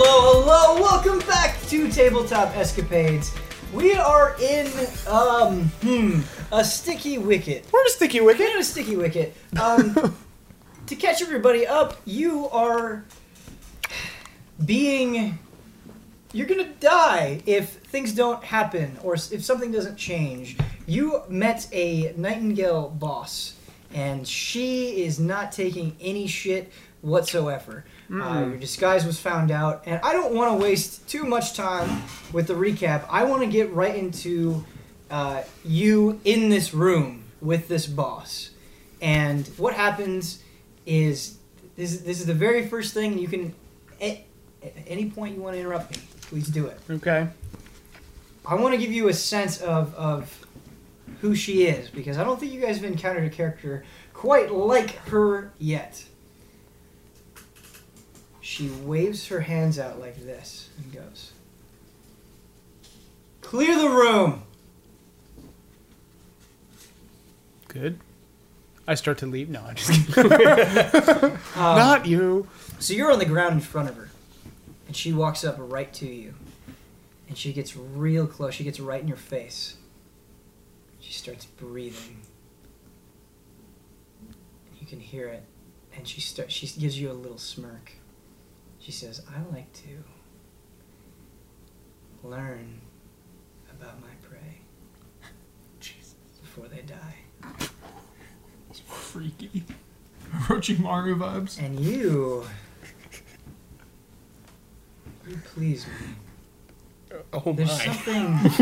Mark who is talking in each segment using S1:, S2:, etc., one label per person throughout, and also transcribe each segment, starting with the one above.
S1: Hello, welcome back to Tabletop Escapades. We are in um hmm, a sticky wicket.
S2: We're a sticky
S1: We're
S2: wicket.
S1: in a sticky wicket. Um, to catch everybody up, you are being you're gonna die if things don't happen or s- if something doesn't change. You met a Nightingale boss, and she is not taking any shit whatsoever. Uh, your disguise was found out, and I don't want to waste too much time with the recap. I want to get right into uh, you in this room with this boss, and what happens is this. This is the very first thing you can. eh, a- at any point you want to interrupt me, please do it.
S2: Okay.
S1: I want to give you a sense of, of who she is because I don't think you guys have encountered a character quite like her yet. She waves her hands out like this and goes, Clear the room!
S2: Good. I start to leave. No, I'm just kidding.
S1: Um,
S2: Not you.
S1: So you're on the ground in front of her, and she walks up right to you, and she gets real close. She gets right in your face. She starts breathing. You can hear it, and she starts. She gives you a little smirk. She says, "I like to learn about my prey before they die."
S3: Freaky. Orochimaru vibes.
S1: And you, you please me.
S2: Oh
S1: There's something.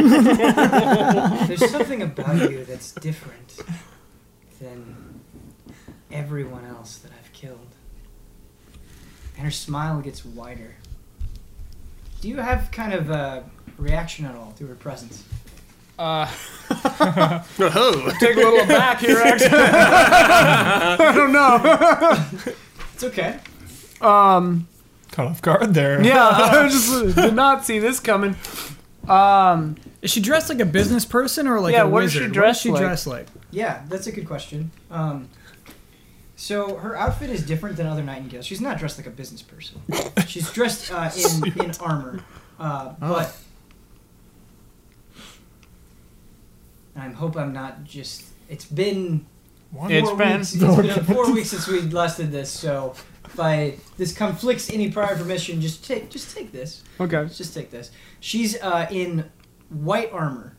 S1: there's something about you that's different than everyone else that I've killed. And her smile gets wider. Do you have kind of a reaction at all to her presence?
S3: Uh,
S2: Oh.
S3: take a little back here, actually.
S2: I don't know.
S1: It's okay.
S2: Um.
S3: Caught off guard there.
S2: Yeah, I just did not see this coming. Um.
S4: Is she dressed like a business person or like
S2: Yeah,
S4: a
S2: what is she
S4: wizard?
S2: dressed like?
S4: what is she dressed like?
S1: Yeah, that's a good question. Um, so her outfit is different than other nightingales. She's not dressed like a business person. She's dressed uh, in in armor, uh,
S3: Oh.
S1: but I hope I'm not just. It's been
S3: One
S2: It's
S3: more
S2: been-
S3: week.
S1: it's been four weeks since we last did this, so if I this conflicts any prior permission, just take just take this.
S2: Okay.
S1: Let's just take this. She's uh, in white armor.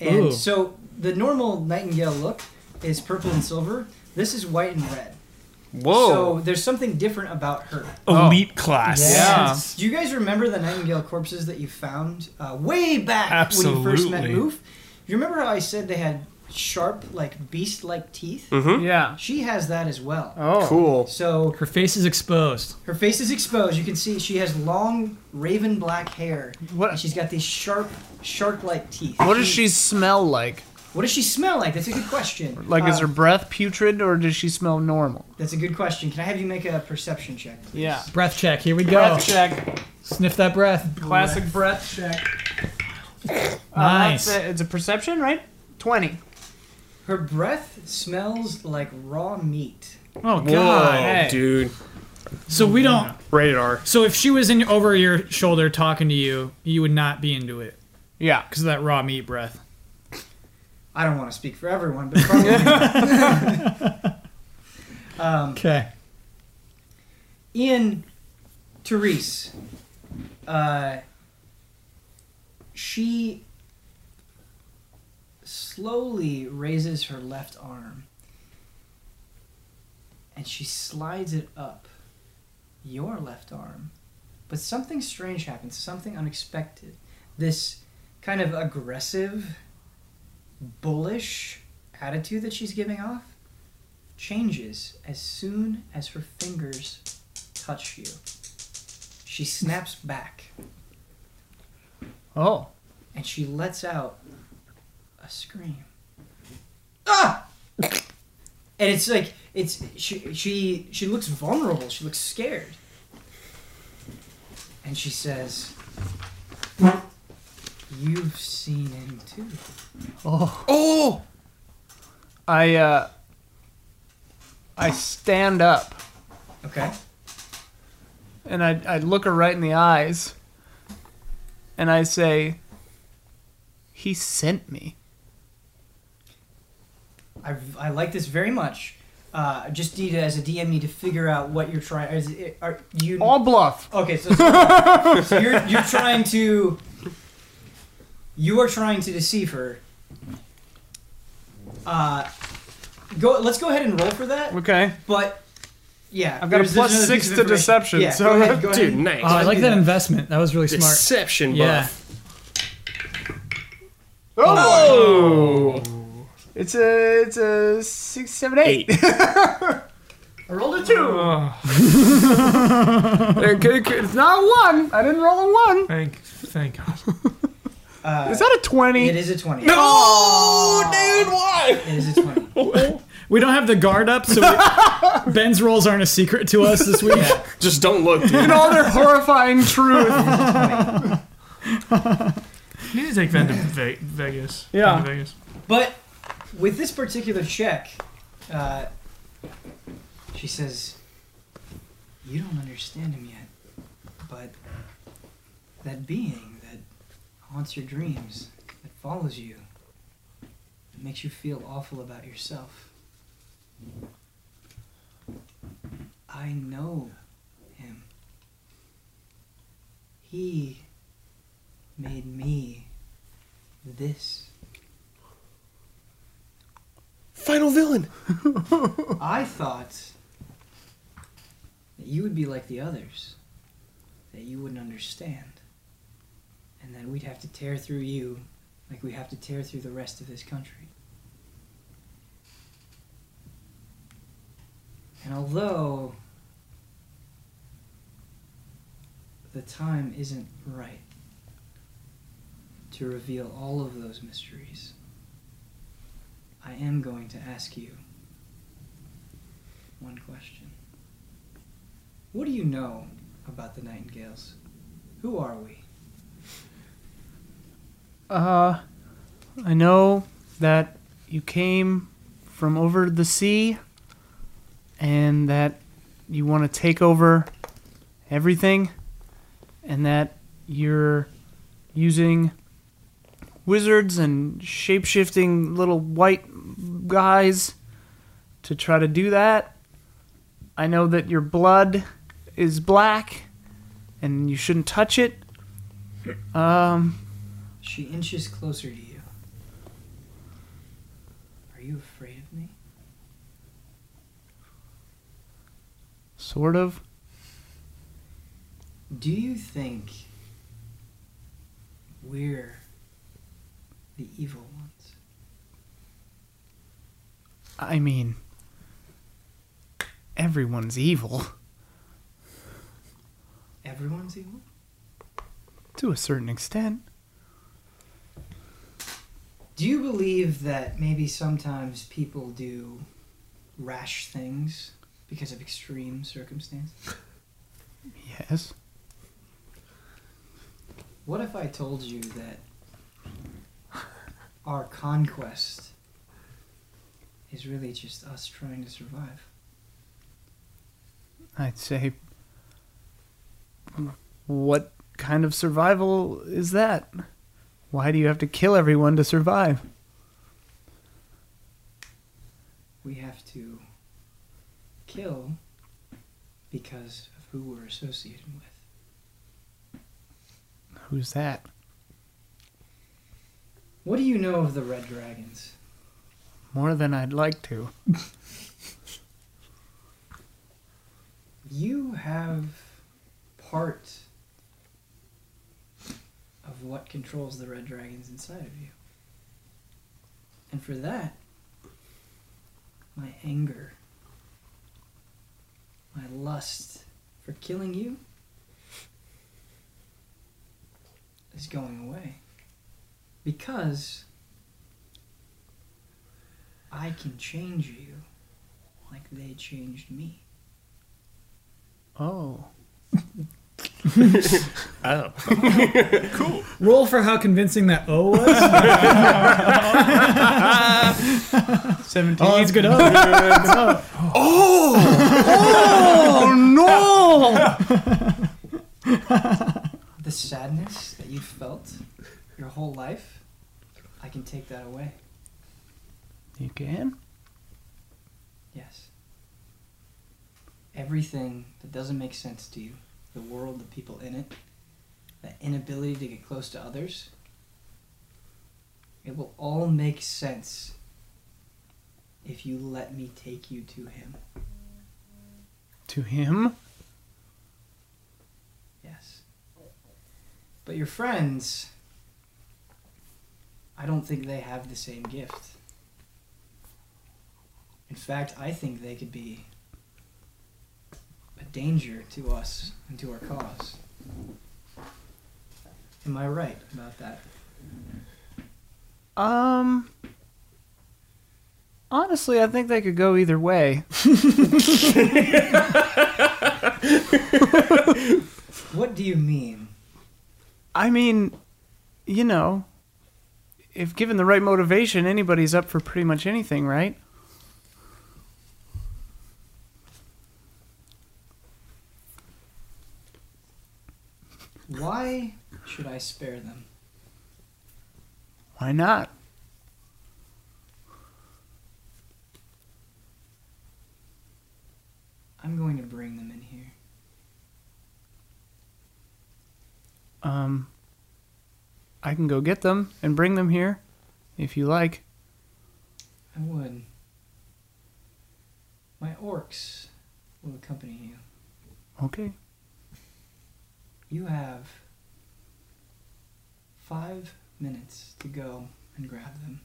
S1: And
S3: Ooh.
S1: so the normal Nightingale look is purple and silver. This is white and red. So there's something different about her.
S3: Oh. Elite class.
S1: And Do you guys remember the Nightingale corpses that you found uh, way back when you first met Moof?
S3: Absolutely.
S1: You remember how I said they had sharp, like beast-like teeth?
S3: Mm-hmm.
S2: Yeah.
S1: She has that as well.
S2: Oh. Cool.
S1: So
S4: Her face is exposed.
S1: her face is exposed. You can see she has long raven black hair.
S2: What-
S1: And she's got these sharp shark-like teeth.
S2: What does she smell like?
S1: What does she smell like? That's a good question.
S2: Like, is
S1: Uh,
S2: her breath putrid or does she smell normal?
S1: That's a good question. Can I have you make a perception check? please?
S2: Yeah.
S4: Breath check. Here we go.
S3: Oh.
S2: Breath check.
S4: Sniff that breath.
S2: Classic breath check.
S4: Nice.
S2: that's a- it's a perception, right? Twenty.
S1: Her breath smells like raw meat.
S4: Oh god.
S2: Hey.
S5: dude.
S4: So we don't.
S5: Rated R.
S4: So if she was in over your shoulder talking to you, you would not be into it
S2: Yeah.
S4: because of that raw meat breath.
S1: I don't want to speak for everyone, but probably. um,
S4: Okay.
S1: Ian, Therese, uh, she slowly raises her left arm and she slides it up your left arm. But something strange happens, something unexpected. This kind of aggressive, bullish attitude that she's giving off changes as soon as her fingers touch you. She snaps back
S2: Oh.
S1: and she lets out a scream. Ah! And it's like it's she she she looks vulnerable. She looks scared. And she says, "You've seen him too."
S2: Oh! I uh I stand up
S1: Okay.
S2: and I I look her right in the eyes and I say, He sent me.
S1: I, I like this very much. Uh, I just need to, as a DM need to figure out what you're trying. Is it, are you
S2: All bluff.
S1: okay? So, so- so you're you're trying to you are trying to deceive her. Uh, go. Let's go ahead and roll for that.
S2: Okay.
S1: But yeah,
S2: I've got a
S1: there's- there's
S2: plus
S1: another
S2: six
S1: piece of
S2: to
S1: information.
S2: deception,
S1: Yeah,
S2: so-
S1: go ahead, go ahead.
S5: Dude, nice.
S4: Oh, I like
S1: do
S4: that
S1: that.
S4: investment. That was really smart.
S5: Deception
S4: Yeah.
S5: buff.
S2: Oh! It's a it's a six, seven, eight.
S1: I rolled a two.
S3: Oh,
S2: it's not a one. I didn't roll a one.
S3: Thank, thank God.
S1: Uh,
S2: Is that a twenty?
S1: it is a twenty.
S5: Oh, dude, why?
S1: It is a twenty.
S4: We don't have the guard up, so we, Ben's rolls aren't a secret to us this week.
S1: Yeah.
S5: Just don't look, dude.
S2: In all their horrifying truth.
S3: You need to take Ben to Ve- Vegas.
S2: Yeah.
S3: Ben to Vegas.
S1: But with this particular check, uh, she says, "You don't understand him yet, but that being that haunts your dreams, that follows you, that makes you feel awful about yourself. I know him. He made me this."
S5: Final villain.
S1: I thought that you would be like the others, that you wouldn't understand, and that we'd have to tear through you like we have to tear through the rest of this country. And although the time isn't right to reveal all of those mysteries, I am going to ask you one question. What do you know about the Nightingales? Who are we?
S2: Uh, I know that you came from over the sea and that you want to take over everything and that you're using wizards and shape-shifting little white guys to try to do that. I know that your blood is black and you shouldn't touch it. Um
S1: She inches closer to you. Are you afraid of me?
S2: Sort of.
S1: Do you think we're the evil ones?
S2: I mean, everyone's evil
S1: Everyone's evil?
S2: to a certain extent.
S1: Do you believe that maybe sometimes people do rash things because of extreme circumstance?
S2: Yes.
S1: What if I told you that our conquest is really just us trying to survive?
S2: I'd say. What kind of survival is that? Why do you have to kill everyone to survive?
S1: We have to kill because of who we're associated with.
S2: Who's that?
S1: What do you know of the Red Dragons?
S2: More than I'd like to.
S1: You have part of what controls the red dragons inside of you. And for that, my anger, my lust for killing you is going away. Because I can change you like they changed me.
S2: Oh.
S5: Oh.
S4: Roll for how convincing that O was.
S2: Oh! 17.
S4: Oh, that's good. Oh,
S2: Oh, no!
S1: The sadness that you felt your whole life, I can take that away.
S2: You can?
S1: Yes. Everything that doesn't make sense to you, the world, the people in it, that inability to get close to others, it will all make sense if you let me take you to him.
S2: To him?
S1: Yes. But your friends, I don't think they have the same gift. In fact, I think they could be a danger to us and to our cause. Am I right about that?
S2: Um. Honestly, I think they could go either way.
S1: What do you mean?
S2: I mean, you know, if given the right motivation, anybody's up for pretty much anything, right?
S1: Why should I spare them?
S2: Why not?
S1: I'm going to bring them in here.
S2: Um, I can go get them and bring them here if you like.
S1: I would. My orcs will accompany you.
S2: Okay.
S1: You have five minutes to go and grab them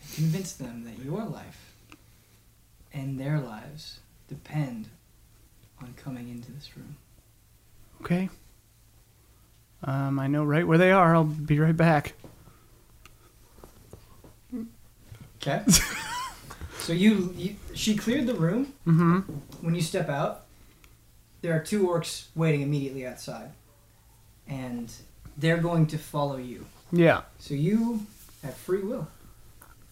S1: and convince them that your life and their lives depend on coming into this room.
S2: Okay. Um, I know right where they are. I'll be right back.
S1: Okay. so you, you, she cleared the room.
S2: Mm-hmm.
S1: When you step out, there are two orcs waiting immediately outside, and they're going to follow you.
S2: Yeah.
S1: So you have free will.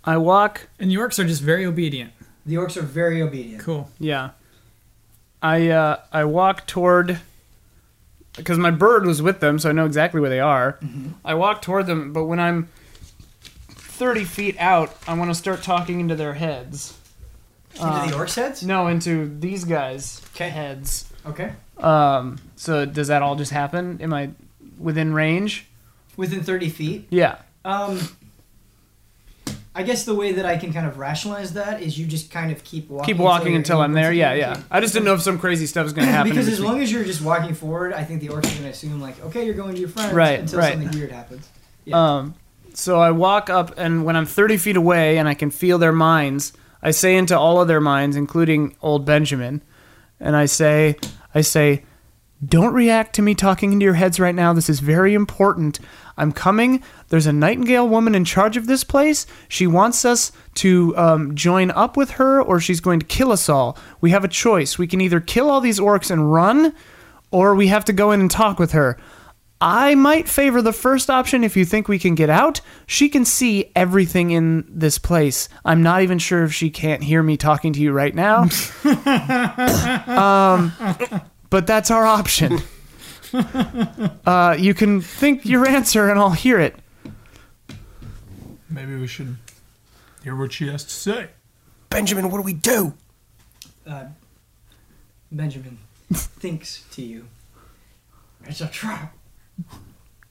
S2: I walk.
S4: And the orcs are just very obedient.
S1: The orcs are very obedient.
S4: Cool.
S2: Yeah. I uh, I walk toward. Because my bird was with them, so I know exactly where they are. I walk toward them, but when I'm 30 feet out, I want to start talking into their heads. Um,
S1: into the orcs' heads.
S2: Uh, No, into these guys'
S1: 'Kay.
S2: heads.
S1: Okay.
S2: Um, so does that all just happen? Am I within range?
S1: Within thirty feet.
S2: Yeah.
S1: Um, I guess the way that I can kind of rationalize that is you just kind of keep walking.
S2: Keep walking
S1: you're
S2: until I'm
S1: able
S2: there.
S1: to-
S2: Yeah, yeah. I just didn't know if some crazy stuff was going to happen. in
S1: Because as
S2: between.
S1: long as you're just walking forward, I think the orcs are going to assume like, okay, you're going to your friends
S2: Right,
S1: until
S2: right.
S1: something weird happens.
S2: um, so I walk up, and when I'm 30 feet away and I can feel their minds, I say into all of their minds, including old Benjamin, and I say, I say, don't react to me talking into your heads right now. This is very important. I'm coming. There's a Nightingale woman in charge of this place. She wants us to um, join up with her, or she's going to kill us all. We have a choice. We can either kill all these orcs and run, or we have to go in and talk with her. I might favor the first option if you think we can get out. She can see everything in this place. I'm not even sure if she can't hear me talking to you right now. um, but that's our option. Uh, you can think your answer and I'll hear it.
S3: Maybe we should hear what she has to say.
S5: Benjamin, what do we do?
S1: Uh, Benjamin thinks to you, "It's a trap."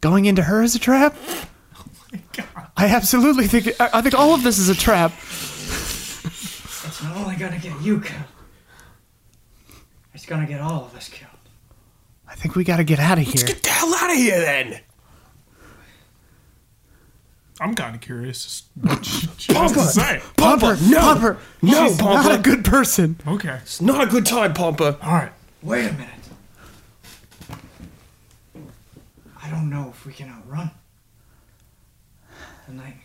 S2: Going into her is a trap? I absolutely think I I think all of this is a trap.
S1: It's not only going to get you killed; it's going to get all of us killed.
S2: I think we got to get out of here.
S5: Get the hell out of here then!
S3: I'm kind of curious as to what she, she
S4: Oh,
S3: has to say.
S2: Pomper,
S5: no!
S2: Pomper,
S5: No,
S2: she's
S5: Pomper!
S2: not a good person.
S3: Okay.
S5: It's not a good time, Pomper.
S3: All right.
S1: Wait a minute. I don't know if we can outrun the nightingale.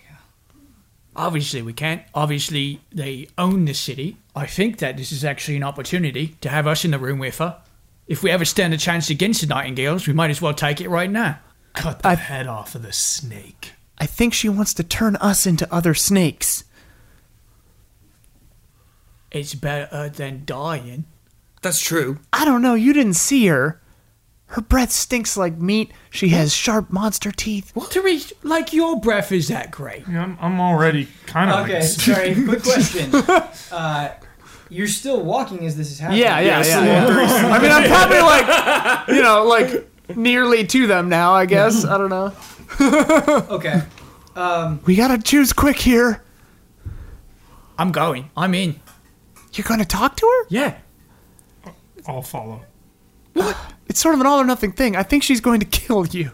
S4: Obviously, we can't. Obviously, they own the city. I think that this is actually an opportunity to have us in the room with her. If we ever stand a chance against the Nightingales, we might as well take it right now.
S3: Cut the
S2: I-
S3: head off of the snake.
S2: I think she wants to turn us into other snakes.
S4: It's better than dying.
S5: That's true.
S2: I don't know, you didn't see her. Her breath stinks like meat. She has sharp monster teeth.
S4: To be like your breath is that great.
S3: Yeah, I'm, I'm already kind of
S1: Okay,
S3: like
S1: sorry. Quick question. Uh, you're still walking as this is happening.
S2: Yeah, yeah, yeah. yeah. I mean, I'm probably like, you know, like nearly to them now. I guess I don't know.
S1: Okay.
S2: We gotta choose quick here.
S4: I'm going. I'm in.
S2: You're gonna talk to her?
S4: Yeah.
S3: I'll follow.
S2: It's sort of an all or nothing thing. I think she's going to kill you.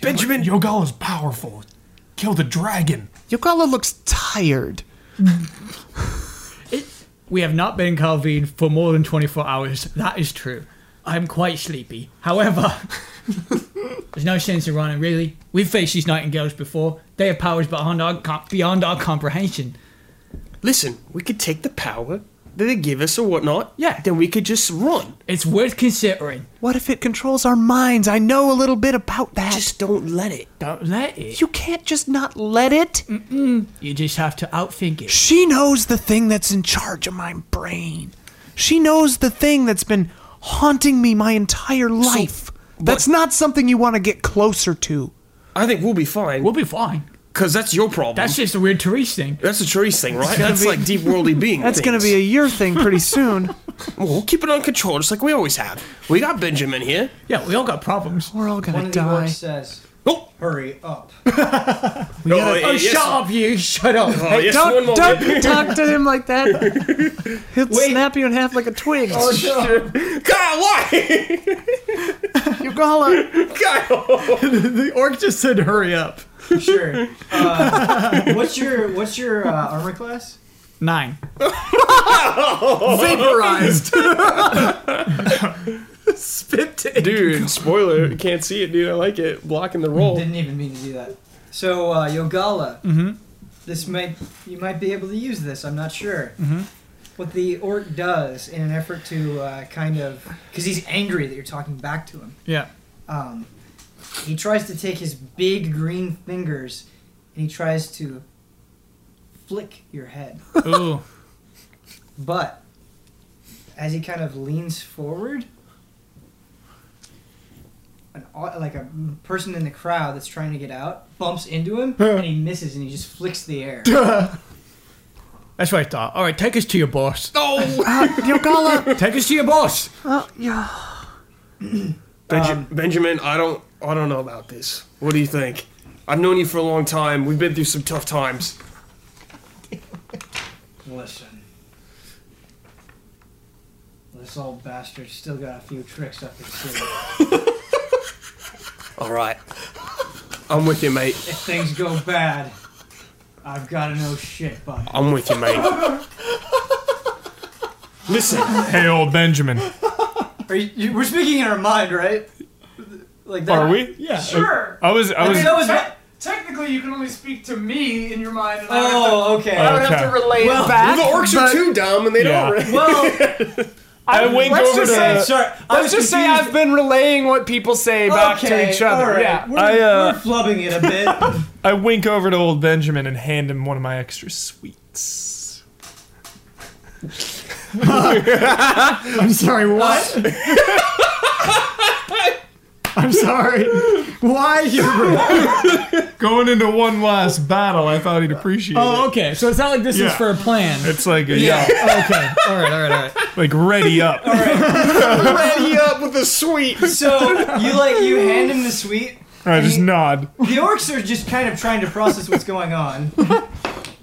S5: Benjamin,
S3: Yogal is powerful. Kill the dragon.
S2: Yokala looks tired.
S4: We have not been in Calvin for more than 24 hours. That is true. I'm quite sleepy. However, there's no sense in running, really. We've faced these nightingales before. They have powers beyond our, com- beyond our comprehension.
S5: listen, we could take the power that they give us or whatnot.
S4: Yeah.
S5: Then we could just run.
S4: It's worth considering.
S2: What if it controls our minds? I know a little bit about that.
S5: Just don't let it.
S4: Don't let it.
S2: you can't just not let it.
S4: You just have to outthink it.
S2: She knows the thing that's in charge of my brain. She knows the thing that's been haunting me my entire life. that's not something you want to get closer to.
S5: I think we'll be fine.
S4: We'll be fine.
S5: Because that's your problem.
S4: That's just a weird Therese thing.
S5: That's a Therese thing, right? That's like deep worldly being.
S2: That's going to be a
S5: things.
S2: year thing pretty soon.
S5: Well, we'll keep it on control, just like we always have. We got Benjamin here.
S4: Yeah, we all got problems.
S2: We're all going
S1: One
S2: to
S1: of the
S2: die.
S1: orcs says,
S5: Oh,
S1: "Hurry up."
S5: we got
S4: Oh, shut up, you. Shut up.
S5: Oh, yes, one
S2: Don't,
S5: moment.
S2: don't talk to him like that. He'll snap you in half like a twig.
S1: no.
S5: God, why?
S2: Yugala.
S5: Kyle!
S4: The orc just said, hurry up.
S1: Sure. Uh, what's your what's your uh, armor class?
S4: Nine.
S2: Vaporized.
S5: Dude, spoiler. Can't see it, dude. I like it. Blocking the roll.
S1: Didn't even mean to do that. So uh, Yogala, this might you might be able to use this. I'm not sure. What the orc does in an effort to uh, kind of because he's angry that you're talking back to him.
S4: Yeah.
S1: Um, he tries to take his big green fingers and he tries to flick your head,
S4: Ooh.
S1: but as he kind of leans forward. An, au- like a person in the crowd that's trying to get out bumps into him and he misses and he just flicks the air.
S4: That's what I thought. All right, take us to your boss. Uh,
S2: Yugala.
S4: Take us to your boss.
S2: Oh, yeah.
S5: Benja- Benjamin, I don't, I don't know about this. What do you think? I've known you for a long time. We've been through some tough times.
S1: Listen. This old bastard's still got a few tricks up his sleeve.
S5: All right, I'm with you, mate.
S1: If things go bad, I've got to know shit by him.
S5: I'm with you, mate. Listen,
S3: Hey, old Benjamin.
S1: Are you, you- we're speaking in our mind, right? Like that.
S3: Are we?
S4: Yeah.
S2: Sure.
S3: I was. I
S1: I
S3: was.
S1: mean, that was.
S2: Technically, you can only speak to me in your mind. And
S1: Oh, okay.
S3: Uh,
S2: I would have to
S3: Okay.
S2: relay
S1: Well,
S2: it back.
S5: the orcs are
S2: but
S5: too dumb, and they
S3: Yeah.
S5: don't. Really-
S1: Well,
S2: I,
S3: wink
S2: let's
S3: over
S2: just
S3: to-
S2: say,
S1: sorry. I was
S2: Let's just say
S1: confused.
S2: I've been relaying what people say back to
S1: Okay,
S2: each other.
S1: all right.
S2: Yeah.
S1: We're,
S3: I, uh,
S1: we're flubbing it a bit.
S3: I wink over to old Benjamin and hand him one of my extra sweets.
S4: I'm sorry, what? I'm sorry. Why?
S3: Going into one last battle, I thought he'd appreciate
S4: Oh, okay. So it's not like this is
S3: Yeah.
S4: for a
S3: it.
S4: plan.
S3: It's like a, yeah,
S4: okay. All right, all right, all right.
S3: like ready up.
S5: Ready up with the sweet.
S1: so you like you hand him the sweet.
S3: I just nod.
S1: The orcs are just kind of trying to process what's going on.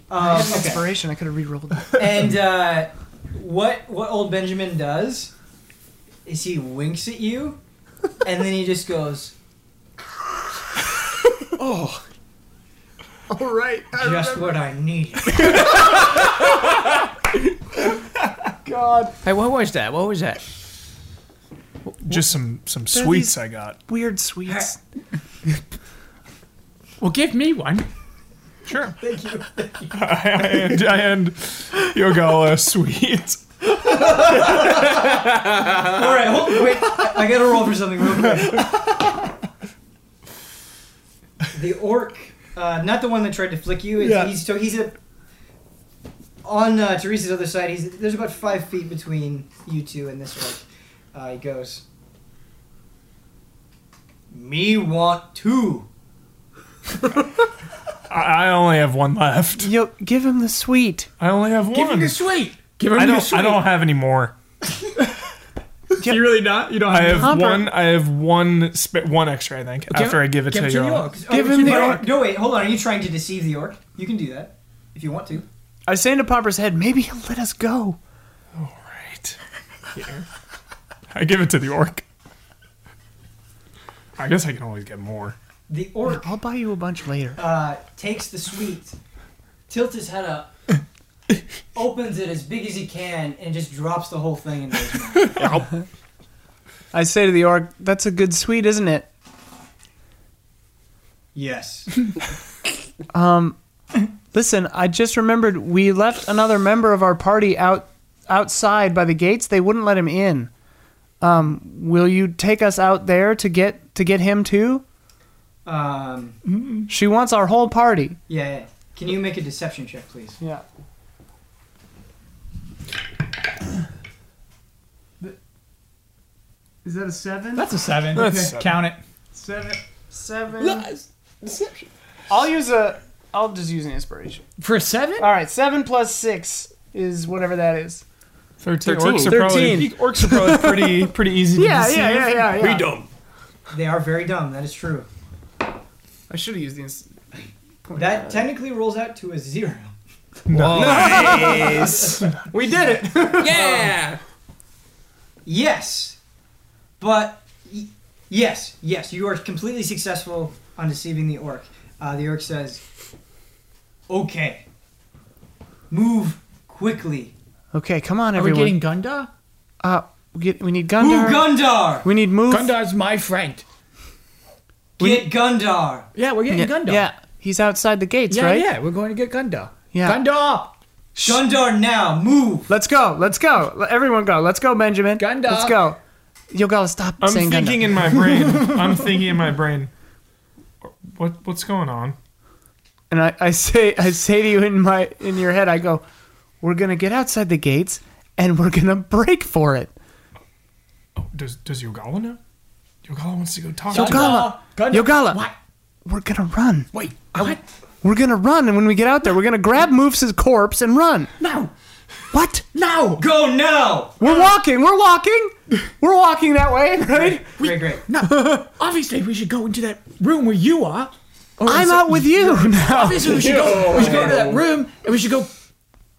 S1: Um, okay.
S2: Inspiration. I could have re-rolled that.
S1: And uh, what what old Benjamin does is he winks at you, and then he just goes,
S2: All right.
S1: "Just what I need."
S2: God.
S4: Hey, what was that? What was that?
S3: Just some some
S2: these-
S3: sweets I got.
S2: Weird sweets.
S4: Well, give me one.
S3: Sure. Thank you. I, I hand, I hand Yogala a sweet.
S1: All right, hold, wait, I gotta roll for something real quick. The orc, uh, not the one that tried to flick you. Is,
S3: Yeah.
S1: He's so he's a on uh, Teresa's other side. He's there's about five feet between you two and this orc. Uh, he goes, Me want two.
S3: I, I only have one left.
S2: Yo, give him the sweet.
S3: I only have
S4: Give him
S3: one.
S4: the sweet.
S5: Give him
S3: I
S5: your
S3: don't.
S5: sweet.
S3: I don't have any more.
S5: You really not? You don't
S3: I have
S2: Hopper.
S3: one. I have one. Sp- one extra, I think. after I give it
S4: give
S3: to
S4: it to
S3: you,
S4: the
S3: all.
S4: orc.
S2: Oh, Give him the orc.
S1: oh, No, wait, hold on. Are you trying to deceive the orc? You can do that if you want to.
S2: I was saying to Popper's head, maybe he'll let us go.
S3: Right. Here. I give it to the orc. I guess I can always get more.
S1: The orc
S2: I'll buy you a bunch later.
S1: uh, takes the sweet, tilts his head up, opens it as big as he can, and just drops the whole thing into his mouth.
S2: I say to the orc, that's a good sweet, isn't it?
S1: Yes.
S2: Listen, I just remembered we left another member of our party out outside by the gates. They wouldn't let him in. Um, will you take us out there to get to get him too?
S1: Um,
S2: She wants our whole party.
S1: yeah, yeah. Can you make a deception check, please?
S2: Yeah. Is that a seven?
S4: That's a seven.
S3: That's
S4: Okay.
S3: seven.
S4: Count it.
S2: Seven. Seven. Deception. I'll use a. I'll just use an inspiration.
S4: For a seven?
S2: All right, seven plus six is whatever that is.
S3: Thirteen. Orcs
S5: Thirteen.
S3: are probably. Orcs are probably pretty pretty easy.
S2: Yeah,
S3: to
S2: yeah, yeah, yeah, yeah.
S5: We dumb.
S1: They are very dumb. That is true.
S2: I should have used the. Ins-
S1: That technically rolls out to a zero.
S5: Nice.
S2: we did it.
S5: yeah.
S1: Yes, but y- yes, yes, you are completely successful on deceiving the orc. Uh, the orc says, "Okay, move quickly,
S2: Okay, come on,
S4: Are we
S2: everyone.
S4: getting Gundar?
S2: uh, we, get, we need
S1: move
S2: Gundar.
S1: Gundar,
S2: we need move.
S4: Gundar's my friend.
S1: get Gundar."
S4: Yeah, we're getting
S2: yeah,
S4: Gundar.
S2: yeah, he's outside the gates,
S4: Yeah,
S2: right?
S4: yeah, we're going to get Gundar.
S2: Yeah.
S4: Gundar!
S1: Gundar now, move!
S2: Let's go. Let's go. Let everyone go. Let's go, Benjamin.
S4: Gundar.
S2: Let's go. Yo, Gala, stop
S3: I'm
S2: saying
S3: thinking
S2: Gundar.
S3: in my brain. I'm thinking in my brain. What what's going on?
S2: and I, I say, I say to you in my in your head, I go, we're gonna get outside the gates and we're gonna break for it.
S3: Oh, does does Yogala know? Yogala wants to go talk to him.
S2: Yogala.
S4: Gundar.
S2: Yogala.
S4: What?
S2: We're gonna run.
S4: Wait, what?
S2: We're gonna run, and when we get out there, we're gonna grab Moof's corpse and run.
S4: No!
S2: What?
S4: No!
S1: Go now!
S2: We're walking. We're walking. We're walking that way, right?
S1: Great, great.
S4: No! Obviously, we should go into that room where you are. Or
S2: I'm
S4: is it-
S2: out with you now.
S4: Obviously, we should, go, we should go to that room and we should go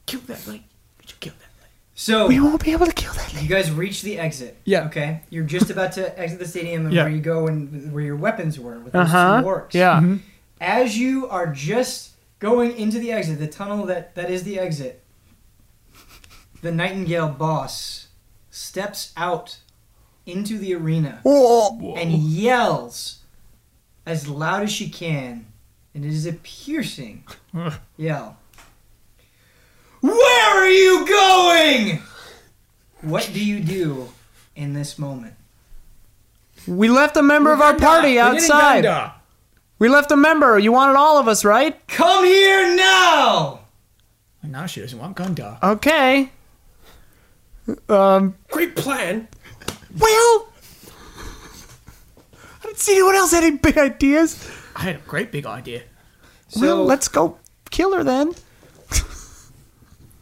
S4: kill that lady. We should kill that lady.
S1: So,
S2: We
S1: you
S2: won't be able to kill that lady.
S1: guys reach the exit.
S4: Yeah.
S1: Okay? You're just about to exit the stadium and
S3: Yeah.
S1: where you go and where your weapons were with those two orcs.
S2: Uh-huh. Yeah.
S1: As you are just going into the exit, the tunnel that, that is the exit, the Nightingale boss steps out into the arena and yells as loud as she can, and it is a piercing yell. Where are you going? What do you do in this moment?
S2: We left a member of our party outside.
S4: Gundar.
S2: We left a member. You wanted all of us, right?
S1: Come here now!
S4: And now she doesn't want Gundar.
S2: Okay. Um.
S5: Great plan.
S2: Well, I didn't see anyone else had any big ideas.
S4: I had a great big idea.
S1: So
S2: well, let's go kill her then.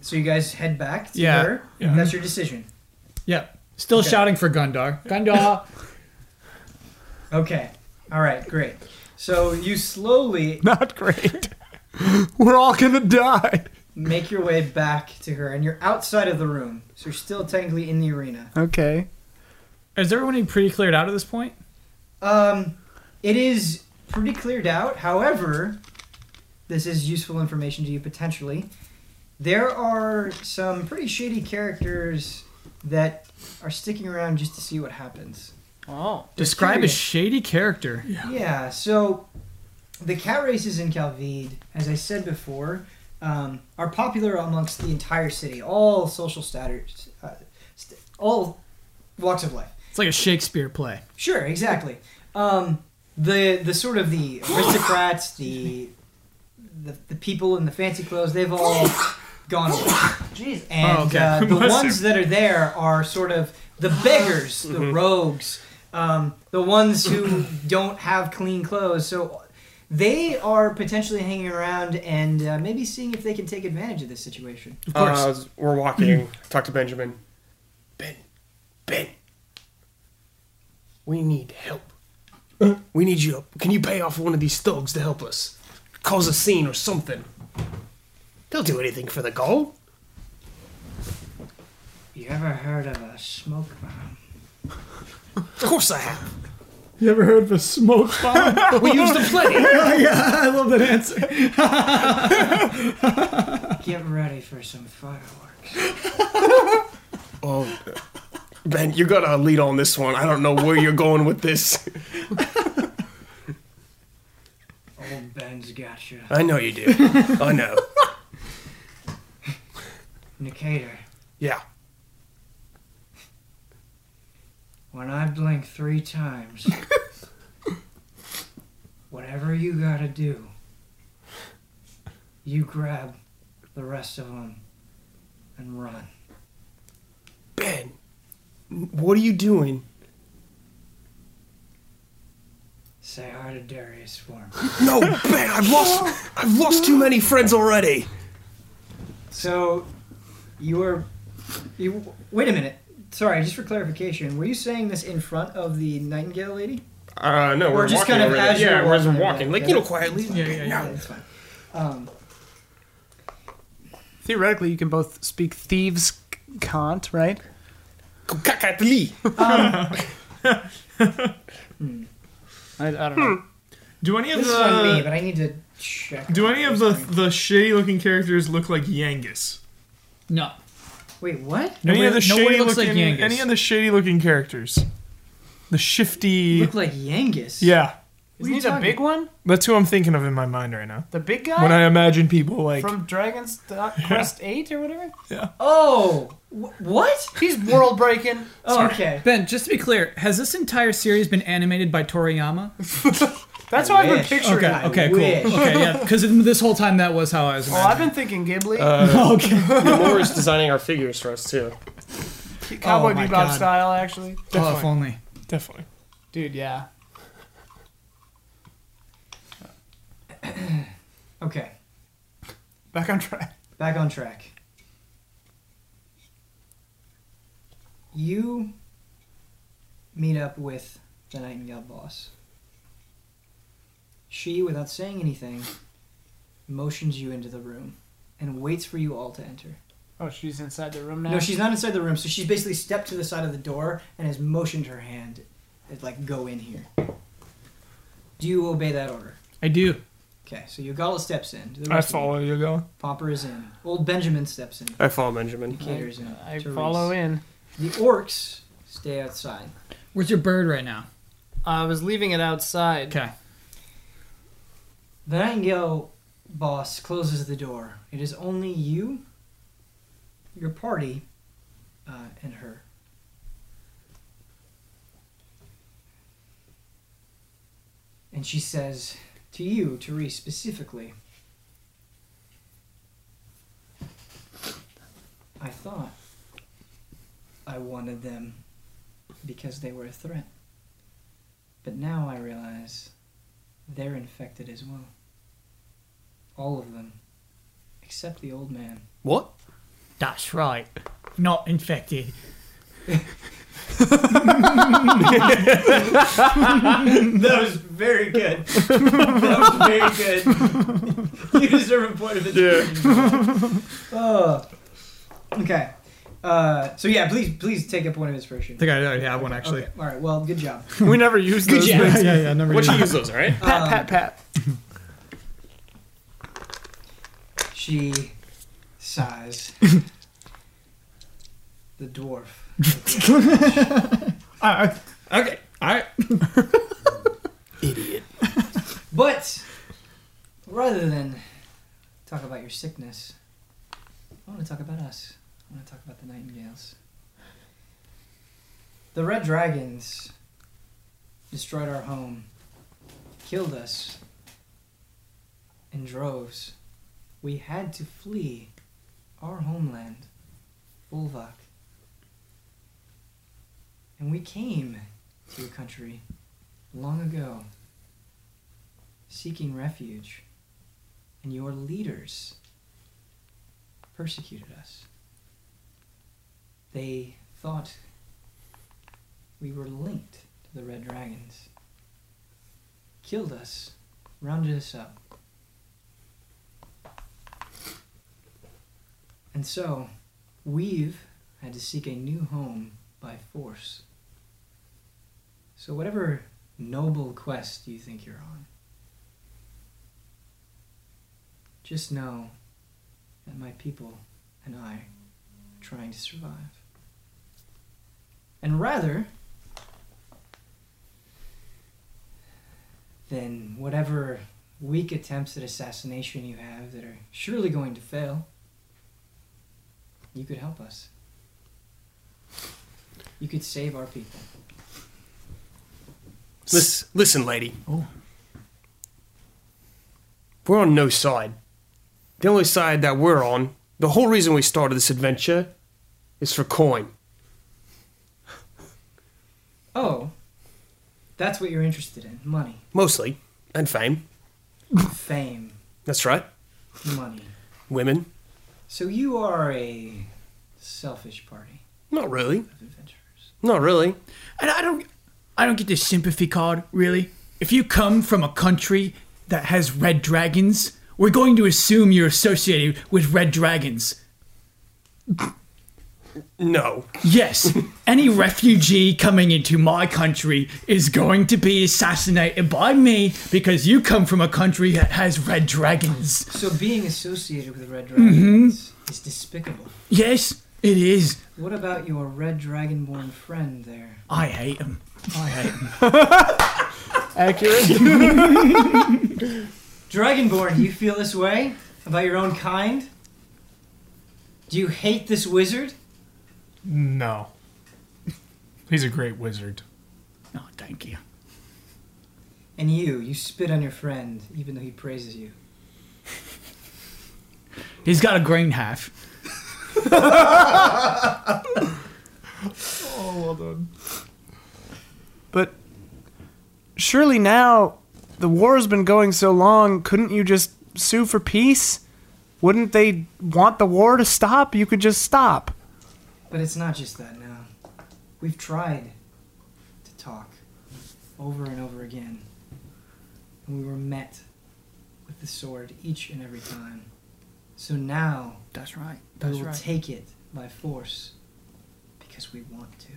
S1: So you guys head back to
S4: Yeah.
S1: her. That's your decision.
S4: Yeah. Still shouting for Gundar. Gundar!
S1: Okay. All right. Great. So you slowly
S2: Not great. We're all gonna die.
S1: make your way back to her, and you're outside of the room, so you're still technically in the arena.
S2: Okay.
S4: Is everyone pretty cleared out at this point?
S1: Um, it is pretty cleared out. However, this is useful information to you potentially. There are some pretty shady characters that are sticking around just to see what happens.
S2: Oh.
S4: Describe a
S1: curious.
S4: shady character.
S1: Yeah, so the cat races in Calvide, as I said before, um, are popular amongst the entire city, all social status, uh, st- all walks of life.
S4: It's like a Shakespeare play.
S1: Sure, exactly. Um, the the sort of the aristocrats, the, the the people in the fancy clothes, they've all gone away. Jeez. And
S4: Oh, okay.
S1: uh, the
S3: Bless
S4: Mm-hmm.
S1: ones that are there are sort of the beggars, the rogues, um, the ones who don't have clean clothes. So they are potentially hanging around and uh, maybe seeing if they can take advantage of this situation.
S4: Of course.
S5: Uh, we're walking. Talk to Benjamin. Ben, Ben, we need help. We need you. Can you pay off one of these thugs to help us? Cause a scene or something. They'll do anything for the gold.
S1: You ever heard of a smoke bomb?
S5: Of course I have.
S3: You ever heard of a smoke bomb?
S5: We used them plenty.
S3: yeah, I love that answer.
S1: Get ready for some fireworks.
S5: Ben, you got to lead on this one. I don't know where you're going with this.
S1: Old Ben's got you.
S5: I know you do. I know.
S1: Nicator,
S5: Yeah.
S1: when I blink three times, whatever you gotta do, you grab the rest of them and run.
S5: Ben, what are you doing?
S1: Say hi to Darius for me.
S5: No, Ben, I've lost I've lost too many friends already.
S1: So, you were. You, wait a minute. Sorry, just for clarification, were you saying this in front of the Nightingale lady?
S5: Uh no,
S1: Or just kind of as you're
S5: we're
S1: walking,
S5: walking.
S1: right?
S5: Like, you know, quietly.
S4: Yeah, yeah, yeah.
S1: Yeah, it's fine. Um,
S2: Theoretically, you can both speak thieves' c- cant, right?
S5: Kukakatli.
S2: I, I don't know.
S3: Do any of
S1: this is on me,
S3: the
S1: but I need to check.
S3: do any of the the shitty looking characters look like Yangus?
S4: no.
S1: Wait, what?
S3: Any
S4: Nobody-
S3: of the
S4: nobody
S3: shady
S4: looks like
S3: looking
S4: Yangus.
S3: any of the shady looking characters? The shifty
S1: Look like Yangus.
S3: Yeah.
S1: What are you
S2: Isn't he the
S1: talking-
S2: big one?
S3: That's who I'm thinking of in my mind right now.
S2: The big guy
S3: When I imagine people like
S2: from Dragon's Da- Quest Eight or whatever?
S1: Oh, wh- what?
S2: He's world breaking.
S1: Oh, okay.
S4: Ben, just to be clear, has this entire series been animated by Toriyama?
S2: That's
S1: I
S2: what I've been
S1: wish.
S2: picturing.
S4: okay,
S1: I
S4: okay,
S1: wish.
S4: cool. Okay, yeah, because this whole time that was how I was.
S2: Well, I've been
S4: Imagining.
S2: thinking Ghibli,
S4: Uh, okay.
S5: Nomura's designing our figures for us too.
S2: Cowboy
S4: oh my
S2: Bebop
S4: God.
S2: style, actually.
S4: Oh, if only.
S3: definitely.
S2: Dude, yeah.
S1: Okay,
S2: Back on track.
S1: back on track. You meet up with the Nightingale boss. She, without saying anything, motions you into the room and waits for you all to enter.
S2: Oh, she's inside the room now.
S1: No, she's not inside the room, so she's basically stepped to the side of the door and has motioned her hand, it's like, go in here. Do you obey that order?
S4: I do.
S1: Okay, so Yogala steps in. To the
S3: I
S1: rest of you.
S3: follow you going.
S1: Popper is in. Old Benjamin steps in.
S5: I follow Benjamin.
S1: Decatur is in.
S2: I follow in.
S1: The orcs stay outside.
S4: Where's your bird right now?
S2: I was leaving it outside.
S4: Okay.
S1: The Nightingale boss closes the door. It is only you, your party, uh, and her. And she says to you, Therese specifically, I thought I wanted them because they were a threat. But now I realize they're infected as well. All of them. Except the old man.
S5: What?
S4: That's right. Not infected.
S1: That was very good. that was very good. you deserve a point of attention. Oh. Okay. Uh, so yeah, please, please take a point of inspiration.
S4: I think I already have one actually.
S1: Okay. All right. Well, good job.
S3: We never use those
S4: Yeah,
S3: things.
S4: yeah, yeah. Never
S5: What you
S4: mind.
S5: use those, all right?
S2: Pat, pat, pat.
S1: She sighs. the dwarf.
S3: I,
S5: Okay.
S3: I, I
S1: But rather than talk about your sickness, I want to talk about us. I want to talk about the Nightingales. The Red Dragons destroyed our home, killed us in droves. We had to flee our homeland, Ulvak. And we came to a country long ago, seeking refuge, and your leaders persecuted us. They thought we were linked to the Red Dragons, killed us, rounded us up. And so, we've had to seek a new home by force. So, whatever noble quest you think you're on, just know that my people and I are trying to survive. And rather than whatever weak attempts at assassination you have that are surely going to fail, you could help us. You could save our people.
S5: Listen, listen lady. We're on no side. The only side that we're on, the whole reason we started this adventure, is for coin.
S1: Oh, that's what you're interested in money,
S5: Mostly. And fame.
S1: fame,
S5: That's right.
S1: money.
S5: Women.
S1: So you are a selfish party
S5: Not really.
S1: of adventurers.
S5: Not really.
S4: And I don't, I don't get this sympathy card really. If you come from a country that has red dragons, we're going to assume you're associated with red dragons.
S5: No.
S4: Yes, any refugee coming into my country is going to be assassinated by me because you come from a country that has red dragons.
S1: So being associated with red dragons is despicable.
S4: Yes, it is.
S1: What about your red dragonborn friend there?
S4: I hate him. I hate him.
S2: Accurate.
S1: Dragonborn, you feel this way about your own kind? Do you hate this wizard?
S3: No. He's a great wizard.
S4: Oh, thank you.
S1: And you, you spit on your friend, even though he praises you.
S4: He's got a green half.
S3: Oh, well done.
S2: But surely now the war's been going so long, couldn't you just sue for peace? Wouldn't they want the war to stop? You could just stop.
S1: But it's not just that now. We've tried to talk over and over again, and we were met with the sword each and every time. So now
S4: That's right.
S1: we will take it by force because we want to.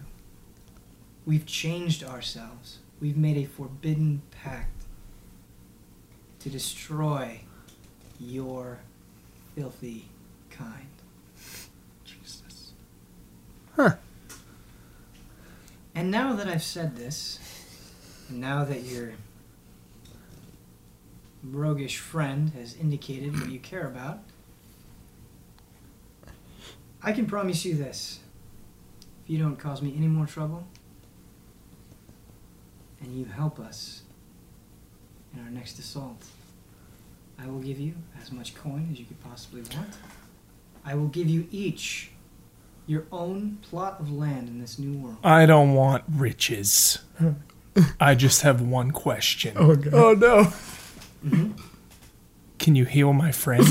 S1: We've changed ourselves. We've made a forbidden pact to destroy your filthy kind. Jesus.
S2: Huh.
S1: And now that I've said this, and now that your roguish friend has indicated what you care about, I can promise you this. If you don't cause me any more trouble, and you help us in our next assault, I will give you as much coin as you could possibly want. I will give you each your own plot of land in this new world.
S3: I don't want riches. I just have one question.
S2: Oh no.
S4: Mm-hmm.
S3: Can you heal my friend?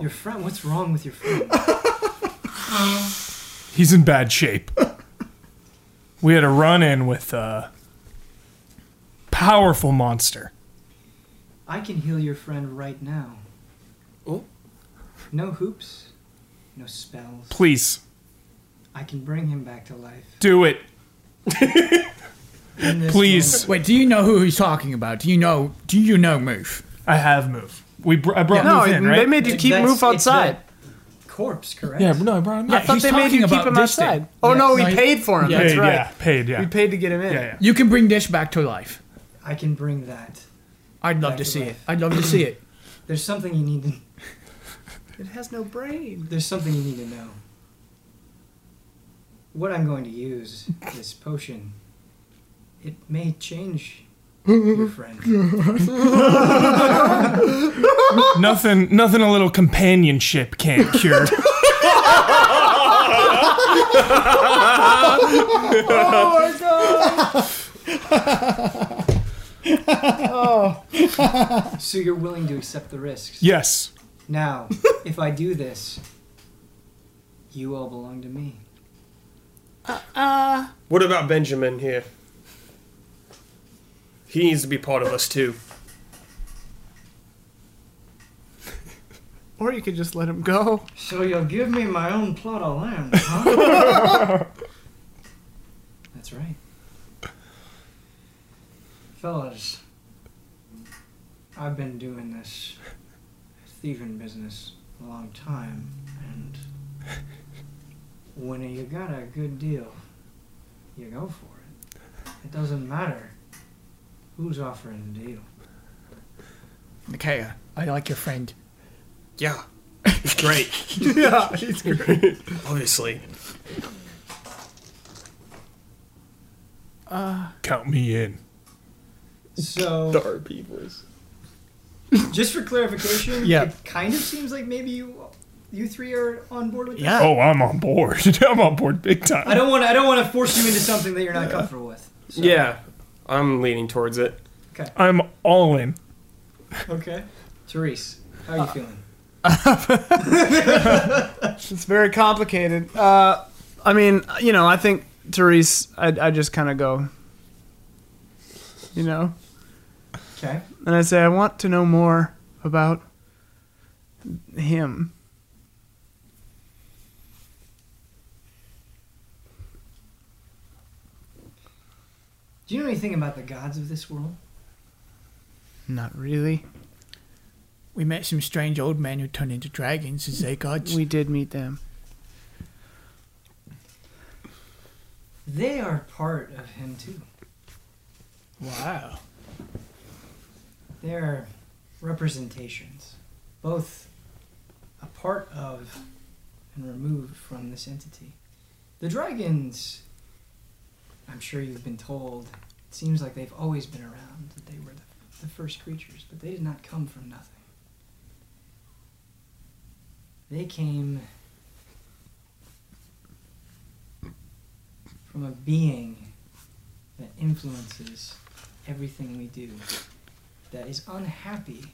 S1: Your friend, what's wrong with your friend?
S3: He's in bad shape. We had a run in with a powerful monster.
S1: I can heal your friend right now.
S5: Oh.
S1: No hoops, no spells.
S3: Please
S1: I can bring him back to life.
S3: do it.
S1: in this
S3: Please.
S4: Wait, do you know who he's talking about? Do you know? Do you know Moof?
S3: I have move. We br- I brought
S2: No,
S3: move in, right?
S2: they made you
S1: moment.
S2: keep
S1: That's-
S2: move
S1: it's the
S2: outside.
S1: Corpse, correct?
S3: yeah, no, I brought him.
S2: I thought
S4: he's
S2: they made
S4: talking
S2: you keep
S4: about
S2: him
S4: this thing.
S2: outside. Oh no, we
S4: no, he-
S2: paid for him.
S4: Yeah.
S2: That's
S3: paid,
S2: right.
S3: yeah, paid, yeah.
S2: We paid to get him in.
S3: yeah, yeah.
S4: You can bring this back to life.
S1: I can bring that.
S4: I'd love
S1: Back
S4: to
S1: to
S4: see
S1: life.
S4: it. I'd love to see it.
S1: There's something you need to
S2: It has no brain.
S1: there's something you need to know. What I'm going to use this potion. It may change your friend.
S3: Nothing, nothing. A little companionship can't cure.
S1: So you're willing to accept the risks.
S3: Yes.
S1: Now, if I do this, you all belong to me.
S5: What about Benjamin here? He needs to be part of us too.
S2: Or you could just let him go.
S1: So you'll give me my own plot of land, huh? That's right. Fellas, I've been doing this thieving business a long time, and when you got a good deal, you go for it. It doesn't matter who's offering the deal.
S4: Nikea, I like your friend.
S5: Yeah. He's great.
S2: yeah, he's great.
S5: Obviously.
S3: Count me in.
S1: So.
S5: RP voice.
S1: Just for clarification,
S4: Yeah.
S1: it kind of seems like maybe you you three are on board with
S4: Yeah.
S1: this.
S3: Oh, I'm on board. I'm on board big
S1: I
S3: time.
S1: don't want to I don't want to force you into something that you're not comfortable with. So,
S5: Yeah. I'm leaning towards it.
S3: I'm all in.
S1: Okay. Therese, how
S4: Uh,
S1: are you feeling?
S2: It's very complicated. Uh, I mean, you know, I think Therese, I, I just kind of go, you know,
S1: Okay.
S2: and I say, I want to know more about him.
S1: Do you know anything about the gods of this world?
S2: Not really.
S4: We met some strange old men who turned into dragons as they gods.
S2: We did meet them.
S1: They are part of him too.
S4: wow.
S1: They are representations, both a part of and removed from this entity. The dragons, I'm sure you've been told, it seems like they've always been around, that they were the, the first creatures, but they did not come from nothing. They came from a being that influences everything we do that is unhappy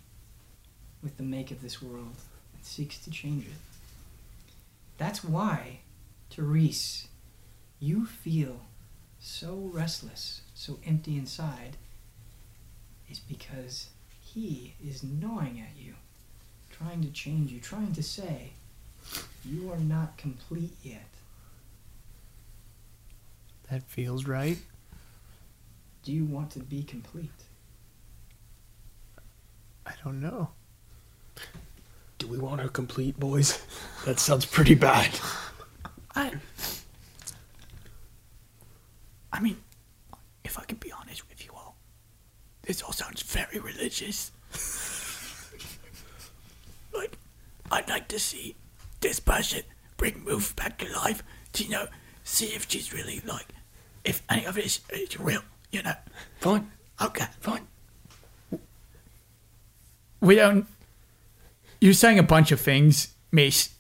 S1: with the make of this world and seeks to change it. That's why, Therese, you feel so restless, so empty inside, is because he is gnawing at you, trying to change you, trying to say, you are not complete yet.
S2: That feels right.
S1: Do you want to be complete?
S2: I don't know.
S5: Do we want her complete, boys? That sounds pretty bad.
S4: I, I mean, if I can be honest with you all, this all sounds very religious. like, I'd like to see this person bring Ruth back to life to, you know, see if she's really, like, if any of it is, is real, you know.
S5: Fine.
S4: Okay, fine. We don't. You're saying a bunch of things, Mace.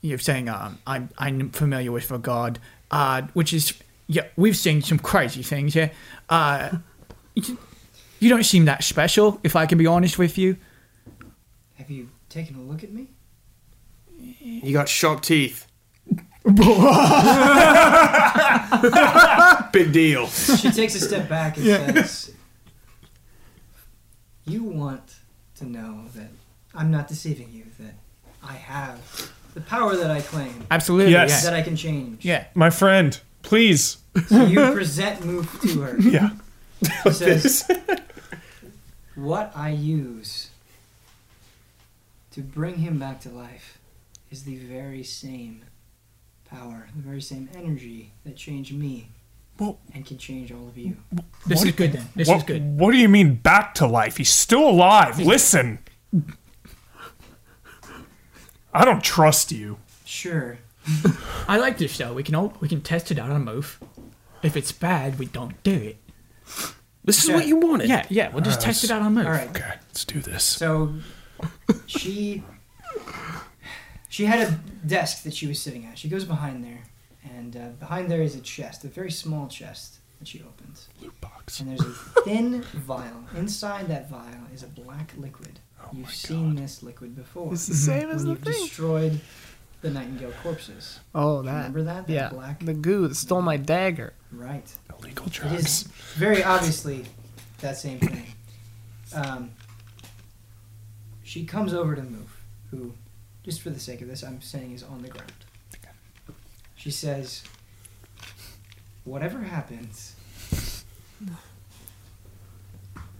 S4: You're saying um, I'm I'm familiar with for God, uh, which is yeah. We've seen some crazy things here. Uh, you, you don't seem that special, if I can be honest with you.
S1: Have you taken a look at me?
S5: You got sharp teeth. Big deal.
S1: she takes a step back and says, "You want to know that I'm not deceiving you. That I have the power that I claim.
S4: Absolutely.
S3: Yes.
S1: That I can change.
S4: Yeah.
S3: My friend, please.
S1: So you present move to her.
S3: Yeah.
S1: She says, "What I use to bring him back to life is the very same power, the very same energy that changed me,
S3: Well-
S1: and can change all of you."
S4: This is good then. This
S3: What,
S4: is good.
S3: what do you mean back to life? He's still alive. Listen. I don't trust you.
S1: Sure.
S4: I like this though. We can all we can test it out on Move. If it's bad, we don't do it.
S5: This is what you wanted.
S4: Yeah, yeah. We'll
S3: Uh,
S4: just test it out on Move.
S1: All right.
S3: Okay, let's do this.
S1: So she She had a desk that she was sitting at. She goes behind there, and uh, behind there is a chest, a very small chest that she opens.
S3: Loot box.
S1: And there's a thin vial. Inside that vial is a black liquid. You've seen this liquid before.
S2: It's the same as
S1: when
S2: the
S1: you've
S2: thing.
S1: destroyed the Nightingale corpses.
S2: Oh, that.
S1: Remember that? That
S2: Yeah.
S1: black.
S2: The goo that stole my dagger.
S1: Right.
S3: Illegal
S1: It is
S3: drugs.
S1: very obviously that same thing. Um, she comes over to Moof, who, just for the sake of this, I'm saying is on the ground. She says, Whatever happens,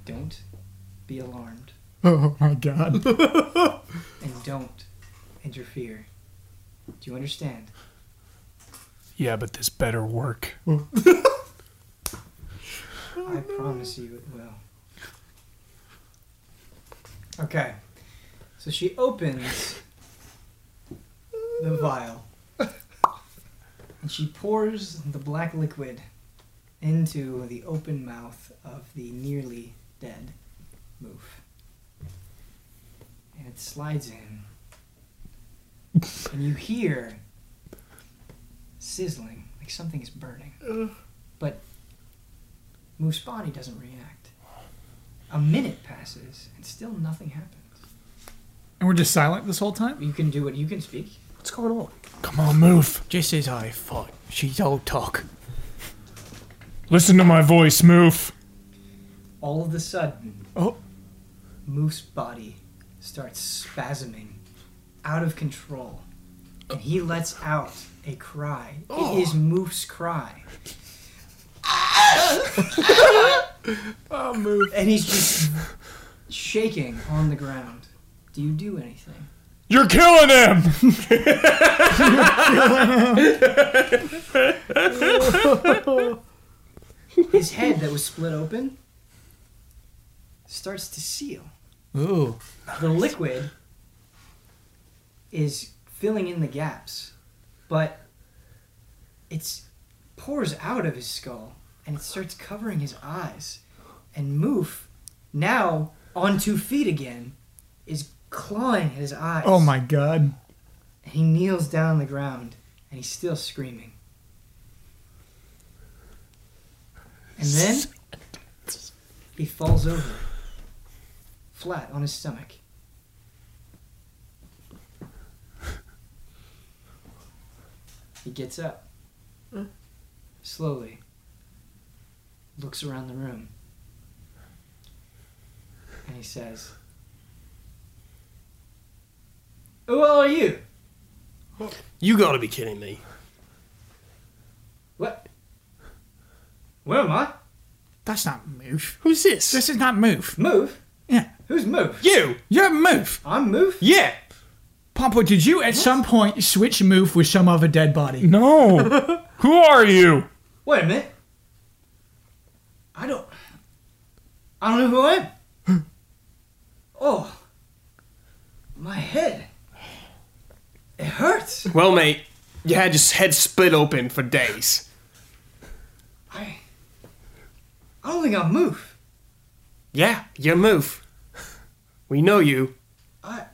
S1: don't be alarmed
S3: Oh my god.
S1: and don't interfere. Do you understand?
S3: Yeah, but this better work.
S1: I promise you it will. Okay. So she opens the vial and she pours the black liquid into the open mouth of the nearly dead moof. And it slides in. and you hear sizzling, like something is burning. But Moof's body doesn't react. A minute passes and still nothing happens.
S4: And we're just silent this whole time?
S1: You can do it. You can speak.
S5: What's going on?
S3: Come on, move.
S4: Just as I thought. She's old talk.
S3: Listen to my voice, move.
S1: All of a sudden,
S3: Oh.
S1: Moof's body starts spasming, out of control, and he lets out a cry. It is Moof's cry,
S3: Oh, move.
S1: and he's just shaking on the ground. Do you do anything?
S3: You're killing him.
S1: His head that was split open starts to seal.
S4: Ooh.
S1: the liquid is filling in the gaps, but it's pours out of his skull and it starts covering his eyes. And Moof, now on two feet again, is clawing at his eyes.
S3: Oh my god.
S1: And he kneels down on the ground and he's still screaming. And then he falls over, flat on his stomach. He gets up, slowly, looks around the room, and he says, Who are you?
S5: You gotta be kidding me.
S1: What? Where am I?
S4: That's not move.
S5: Who's this?
S4: This is not move.
S1: Move?
S4: Yeah.
S1: Who's Move?
S4: You! You're move!
S1: I'm Move?
S4: Yeah! Pompo, did you at some point switch move with some other dead body?
S3: No. Who are you?
S1: Wait a minute. I don't. I don't know who I am. oh. My head. It hurts.
S5: Well, mate, you had your head split open for days.
S1: I. I don't think I'm Move.
S5: Yeah, you move. We know you.
S1: I.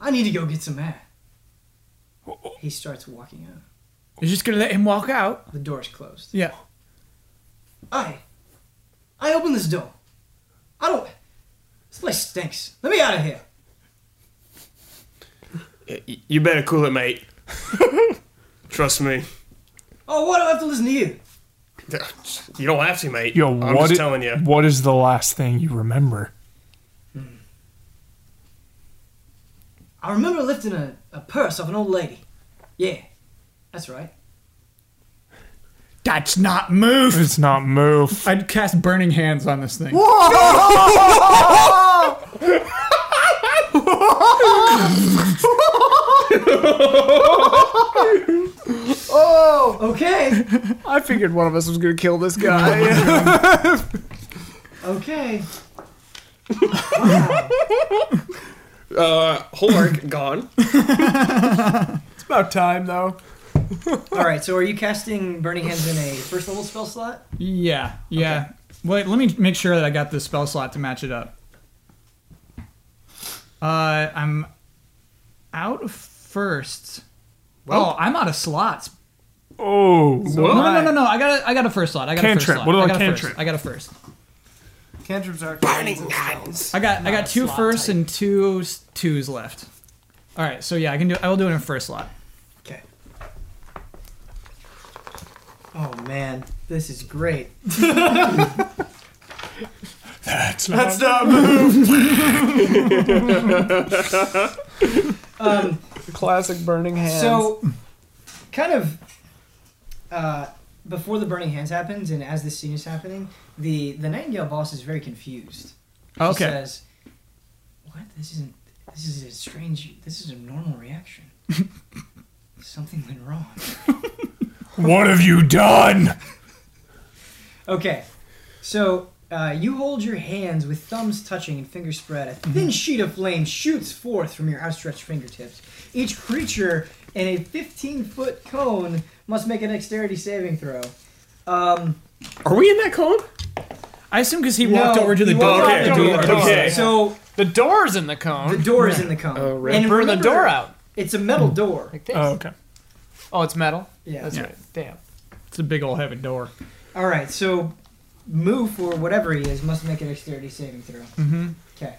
S1: I need to go get some air. He starts walking out.
S4: You're just gonna let him walk out?
S1: The door's closed.
S4: Yeah.
S1: I. I open this door. I don't. This place stinks. Let me out of here.
S5: Y- y- You better cool it, mate. Trust me.
S1: Oh, why do I have to listen to you?
S5: You don't have to, mate.
S3: Yo,
S5: I'm
S3: what
S5: just
S3: i-
S5: telling you.
S3: What is the last thing you remember?
S1: I remember lifting a, a purse off an old lady. Yeah, that's right.
S4: That's not move!
S3: It's not move.
S4: I'd cast burning hands on this thing.
S1: Okay,
S2: I figured one of us was gonna kill this guy.
S1: okay.
S5: Uh, Holark gone.
S2: it's about time, though.
S1: All right. So, are you casting Burning Hands in a first level spell slot?
S4: Yeah, yeah. Wait, let me make sure that I got the spell slot to match it up. Uh, I'm out of firsts. Oh, I'm out of slots.
S3: Oh,
S4: No,
S3: what?
S4: no, no, no, no. I got a, I got a first slot. I got a first
S3: Cantrip.
S4: slot.
S3: What
S4: I
S3: about
S4: got a first.
S3: cantrip?
S4: I got a first.
S2: Cantrips are
S5: Burning hands.
S4: I got I got two firsts and two s- twos left. All right, so yeah, I can do. I will do it in first slot.
S1: Okay. Oh man, this is great.
S3: That's not. That's
S1: not move.
S3: classic burning hands.
S1: So, kind of uh, before the burning hands happens, and as this scene is happening, the the Nightingale boss is very confused. She
S4: Okay.
S1: says, "What? This isn't. This is a strange. This is a normal reaction. Something went wrong."
S3: what have you done?
S1: Okay, so uh, you hold your hands with thumbs touching and fingers spread. A thin sheet of flame shoots forth from your outstretched fingertips. Each creature in a 15 foot cone must make a dexterity saving throw. Um,
S5: Are we in that cone?
S4: I assume because he walked
S1: no,
S4: over to the
S1: you
S4: door.
S1: walk out
S3: Okay,
S1: the
S3: door,
S1: door.
S3: okay.
S1: So
S6: The door's in the
S1: the
S6: cone.
S1: door is in the cone.
S5: Oh, right.
S1: And
S6: Burn the
S1: remember,
S6: door out.
S1: It's a metal door.
S6: Like this.
S3: Oh,
S6: Oh,
S3: okay.
S6: it's metal.
S1: Yeah.
S6: That's
S1: Yeah.
S6: right. Damn.
S4: It's a big old heavy door.
S1: All right, so Moof or whatever he is must make a dexterity saving throw. Mm-hmm. Okay.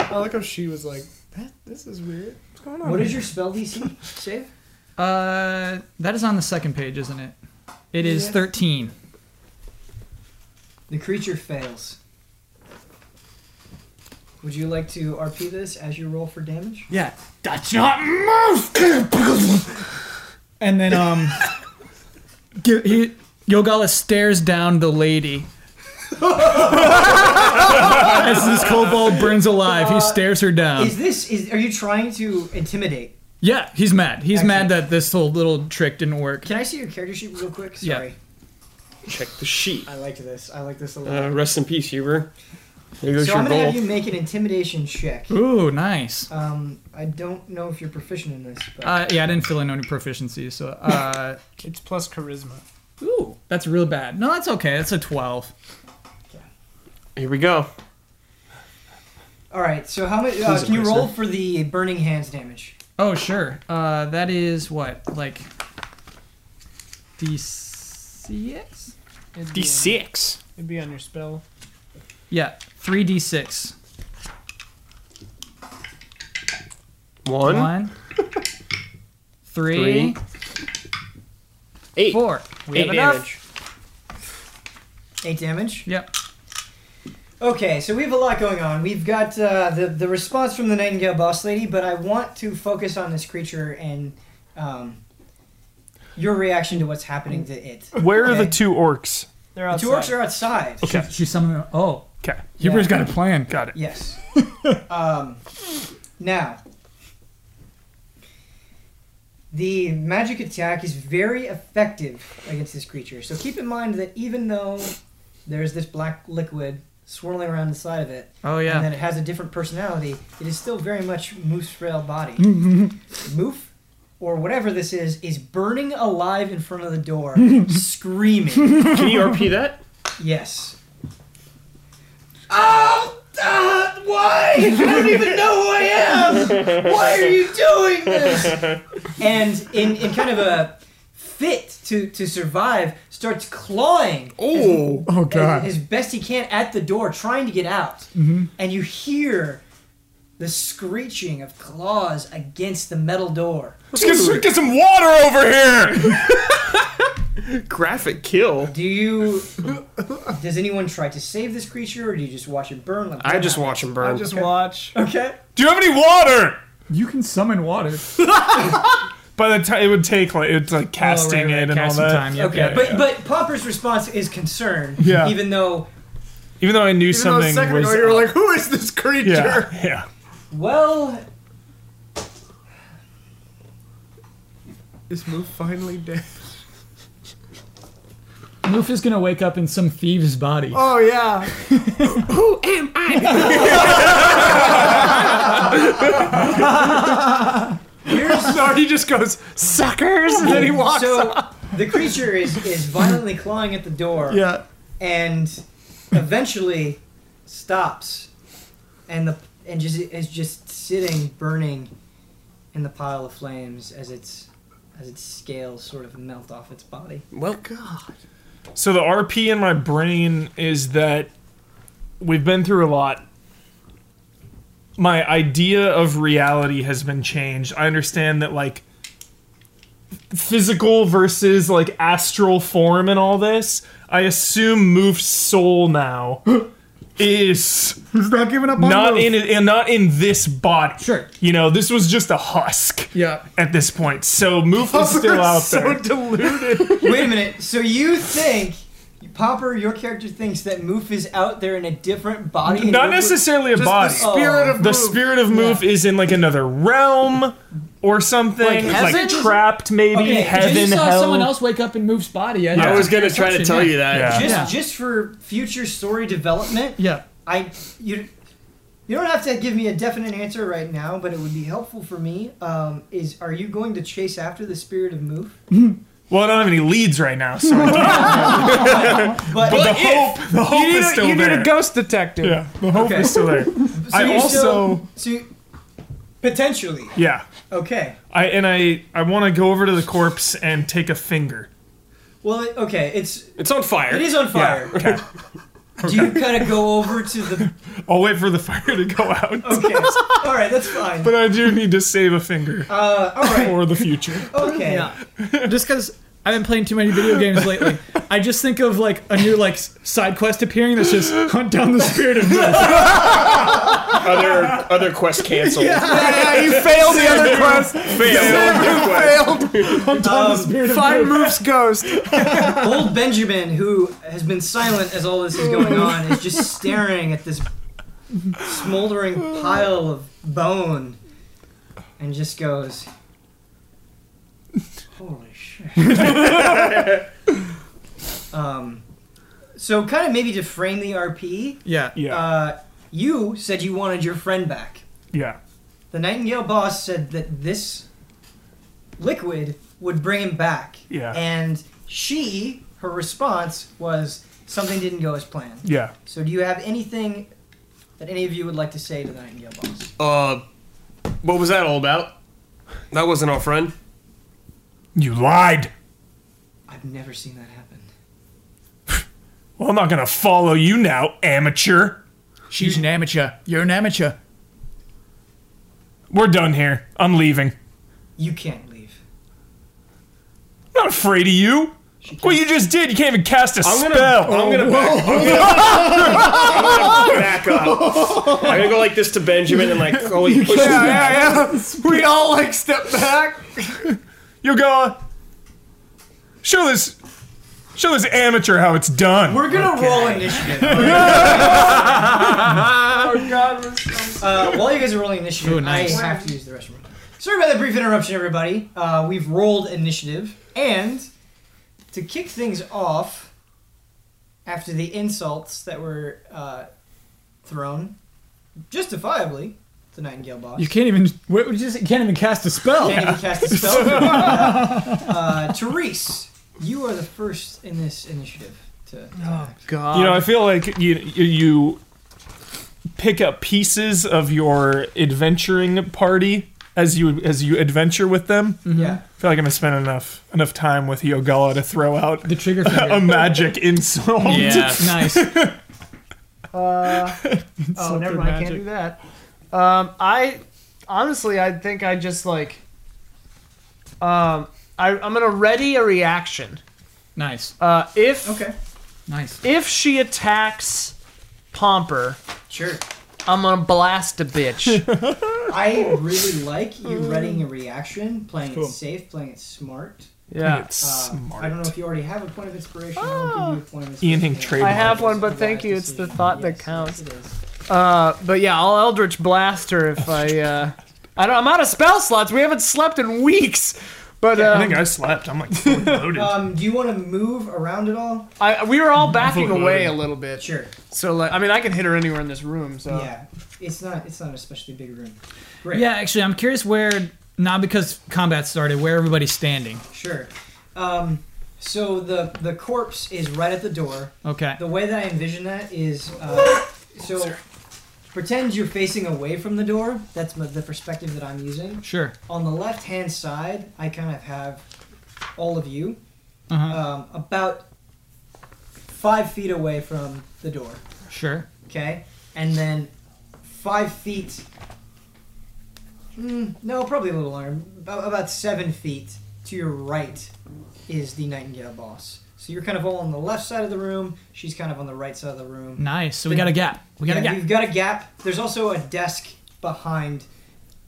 S5: I like how she was like, that, this is weird. What's going on?
S1: What is your spell DC? Save.
S4: Uh, that is on the second page, isn't it? It is
S1: Yeah.
S4: 13.
S1: The creature fails. Would you like to RP this as you roll for damage?
S4: Yeah. That's not move. and then um, gi- he, Yogala stares down the lady. As this kobold burns alive, he stares her down.
S1: Is this is are you trying to intimidate?
S4: Yeah, he's mad. He's
S1: Excellent.
S4: mad that this whole little trick didn't work.
S1: Can I see your character sheet real quick?
S4: Yeah.
S1: Sorry.
S5: Check the sheet.
S1: I like this. I like this a lot.
S5: Uh, rest in peace, Huber. There goes
S1: so
S5: your
S1: I'm gonna
S5: goal.
S1: have you make an intimidation check.
S4: Ooh, nice.
S1: Um, I don't know if you're proficient in this, but
S4: Uh, yeah, I didn't fill in any proficiencies, so uh,
S6: It's plus charisma.
S4: ooh, that's real bad. No, that's okay. That's a twelve.
S5: Here we go.
S1: all right. So how much? Uh,
S5: He's a
S1: can you roll
S5: prisoner.
S1: for the burning hands damage?
S4: Oh sure. Uh, that is what like d6.
S6: It'd be, on,
S5: D6.
S6: it'd be on your spell.
S4: Yeah, three d6.
S5: One.
S4: One, three,
S5: Eight.
S4: four. We
S5: Eight
S4: have enough.
S5: damage.
S1: Eight damage.
S4: Yep.
S1: Okay, so we have a lot going on. We've got uh, the the response from the Nightingale boss lady, but I want to focus on this creature and um, your reaction to what's happening to it.
S3: Where are the
S1: Okay.
S3: two orcs?
S6: They're
S1: The
S6: outside.
S1: two orcs are outside.
S3: Okay.
S4: She summoned. her- Oh,
S3: Okay.
S4: Huber's got a plan.
S3: Got it.
S1: Yes. um, now, the magic attack is very effective against this creature. So keep in mind that even though there's this black liquid swirling around the side of it,
S4: Oh
S1: and
S4: yeah.
S1: that it has a different personality, it is still very much Moof's frail body. Moof, or whatever this is, is burning alive in front of the door, screaming.
S5: Can you RP that?
S1: Yes. Oh, uh, why? I don't even know who I am. Why are you doing this? And in, in kind of a fit to, to survive, starts clawing
S5: Oh.
S4: Oh
S1: as, as best he can at the door, trying to get out. And you hear the screeching of claws against the metal door.
S3: Let's get some, get some water over here.
S5: Graphic kill.
S1: Do you? does anyone try to save this creature, or do you just watch it burn? Like
S5: I just watch him burn.
S6: Just watch.
S1: Okay.
S3: Do you have any water?
S4: You can summon water.
S3: By the time it would take like it's like Oh, casting
S4: right,
S3: it and
S4: casting
S3: all that.
S4: time, yep,
S1: Okay.
S4: yep,
S1: but but Popper's response is concern.
S3: Yeah.
S1: Even though,
S3: Even though I knew something was.
S5: like, who is this creature?
S3: yeah. Yeah.
S1: well,
S5: Is move finally dead?
S4: Moof is gonna wake up in some thieves' body.
S5: Oh yeah. who am I?
S3: no, he just goes suckers, and then he walks.
S1: so the creature is is violently clawing at the door.
S3: Yeah.
S1: and eventually stops and the and just is just sitting burning in the pile of flames as its as its scales sort of melt off its body.
S5: Well, God.
S3: So the RP in my brain is that we've been through a lot. My idea of reality has been changed. I understand that like physical versus like astral form and all this. I assume Moof soul now is
S7: He's not giving up on
S3: not
S7: Moof.
S3: in and not in this body.
S7: Sure.
S3: You know, this was just a husk
S7: Yeah.
S3: at this point. So Moof is still out there.
S7: deluded.
S1: Wait a minute. So you think Popper, your character thinks that Moof is out there in a different body? and
S3: Not
S1: Moof was-
S3: necessarily a body.
S7: The spirit of
S3: the
S7: Moof.
S3: spirit of Moof is in like another realm or something. Like,
S1: heaven?
S3: trapped, maybe
S1: Okay,
S3: heaven,
S4: you saw
S3: hell.
S4: someone else wake up in Move's body.
S3: I was
S4: gonna try to tell you that.
S3: Yeah.
S1: Just,
S4: Yeah.
S1: just for future story development,
S4: Yeah.
S1: I you you don't have to give me a definite answer right now, but it would be helpful for me. Um, is are you going to chase after the spirit of Moof?
S3: Well, I don't have any leads right now, so I can't.
S1: But,
S3: the hope, the hope
S6: You need,
S3: is
S6: a,
S3: still
S6: you need
S3: there.
S6: a ghost detective.
S3: yeah, the hope
S1: Okay.
S3: is still there.
S1: so
S3: I
S1: you're
S3: also,
S1: still- so you- potentially
S3: yeah,
S1: okay.
S3: I and I, I want to go over to the corpse and take a finger.
S1: Well, it, okay, it's
S5: It's on
S1: it
S5: fire.
S1: is on fire.
S3: Okay.
S1: Do you kind of go over to the?
S3: I'll wait for the fire to go out,
S1: Okay, all right, that's fine.
S3: but I do need to save a finger
S1: Uh, all right,
S3: for the future.
S1: okay.
S4: just because I've been playing too many video games lately, I just think of like a new like s- side quest appearing that's just hunt down the spirit of Moose.
S5: other other quest canceled.
S7: you failed the other quest.
S5: Um,
S6: Find Moof's ghost.
S1: Old Benjamin, who has been silent as all this is going on, is just staring at this smoldering pile of bone and just goes, Holy shit. um, so, kind of maybe to frame the RP,
S4: Yeah.
S3: Yeah,
S1: uh, you said you wanted your friend back.
S3: yeah.
S1: The Nightingale boss said that this liquid would bring him back.
S3: Yeah.
S1: And she, her response was something didn't go as planned.
S3: Yeah.
S1: So do you have anything that any of you would like to say to the Nightingale boss?
S5: Uh, what was that all about? That wasn't our friend.
S3: You lied.
S1: I've never seen that happen.
S3: Well, I'm not gonna follow you now, amateur.
S4: She's an amateur. You're an amateur.
S3: We're done here. I'm leaving.
S1: You can't leave.
S3: I'm not afraid of you.
S1: She
S3: What
S1: can't.
S3: you just did, you can't even cast a
S5: I'm gonna.
S3: spell.
S5: I'm gonna. Back, I'm gonna, I'm gonna back up. I'm gonna go like this to Benjamin and like go like push him back.
S7: Yeah, yeah. We all like step back.
S3: You go. Show this. Show this amateur how it's done.
S1: We're gonna roll initiative.
S6: Oh God, we're so
S1: Uh, while you guys are rolling initiative,
S4: Ooh, nice.
S1: I have to use the restroom. Sorry about that brief interruption, everybody. Uh, we've rolled initiative, and to kick things off, after the insults that were uh, thrown, justifiably, to Nightingale Boss.
S4: You can't even. What, you just you can't even cast a spell.
S1: Can't even cast a spell. uh, Therese, you are the first in this initiative to.
S4: Oh.
S6: God.
S3: you know, I feel like you you- you pick up pieces of your adventuring party as you as you adventure with them.
S1: Yeah.
S3: I feel like I'm gonna spend enough enough time with Yogala to throw out
S4: The trigger finger.
S3: a magic insult.
S4: nice.
S6: oh, never
S2: Something
S6: mind. I
S2: magic.
S6: can't do that. Um, I honestly, I think I just like. Um, I, I'm gonna ready a reaction.
S4: Nice.
S6: Uh, if
S1: Okay.
S4: Nice.
S6: if she attacks Pomper,
S1: Sure.
S6: I'm gonna blast a bitch.
S1: I really like you
S6: Mm.
S1: readying a reaction, playing it safe, playing it smart.
S6: yeah.
S3: It's
S1: Uh,
S3: smart.
S1: I don't know if you already have a point of inspiration. I'll give you a point of
S3: Ian
S1: inspiration.
S3: Hink trademarked
S6: Ah. I have one,
S1: It's
S6: but
S1: a
S6: thank
S1: wise
S6: you. It's the
S1: decision.
S6: thought that
S1: Yes,
S6: counts.
S1: yes, it is.
S6: Uh, but yeah, I'll Eldritch blast her if I. Uh, I don't. I'm out of spell slots. We haven't slept in weeks. But
S3: I
S6: uh,
S3: think I slept. I'm like fully loaded.
S1: Um, do you want to move around at all?
S6: I, we were all backing
S3: fully
S6: away a
S3: loaded.
S6: little bit.
S1: Sure.
S6: So like, I mean, I can hit her anywhere in this room. So
S1: Yeah. It's not. It's not an especially big room. Great.
S4: Yeah, actually, I'm curious where. Not because combat started, where everybody's standing.
S1: Sure. Um, so the the corpse is right at the door.
S4: Okay.
S1: The way that I envision that is, uh, so Pretend you're facing away from the door. That's my, the perspective that I'm using.
S4: Sure.
S1: On the left hand side, I kind of have all of you
S4: Uh-huh.
S1: um, about five feet away from the door.
S4: Sure.
S1: Okay, and then five feet. Mm, no, probably a little longer. About, about seven feet to your right is the Nightingale boss. So you're kind of all on the left side of the room. She's kind of on the right side of the room.
S4: Nice. So we got a gap. We got
S1: Yeah,
S4: a gap.
S1: You've got a gap. There's also a desk behind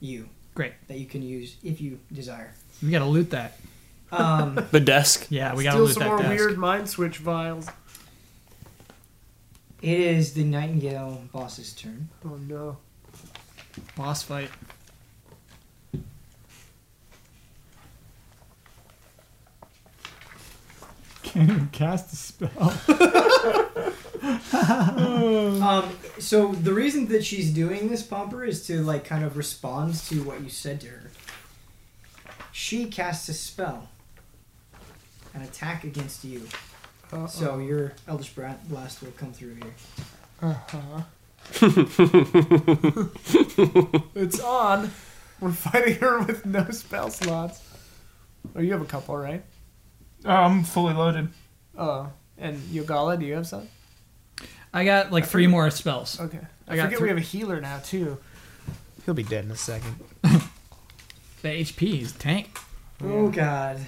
S1: you.
S4: Great.
S1: That you can use if you desire.
S4: We got to loot that.
S1: Um,
S5: The desk.
S4: Yeah, we got to
S2: Still
S4: loot
S2: some
S4: that
S2: more
S4: desk.
S2: weird mind switch vials.
S1: it is the Nightingale boss's turn.
S2: Oh no.
S4: boss fight.
S8: Can't even cast a spell.
S1: Um, so the reason that she's doing this, Pomper, is to like kind of respond to what you said to her. She casts a spell, an attack against you. So your Eldritch Bra- Blast will come through here.
S2: It's on. We're fighting her with no spell slots. Oh, you have a couple, right?
S3: Oh, I'm fully loaded.
S2: Oh, and Yogala, do you have some?
S4: I got like three more spells.
S2: Okay. I,
S4: I got
S2: forget
S4: three.
S2: we have a healer now too. He'll be dead in a second.
S4: The HP is tank.
S1: Oh God,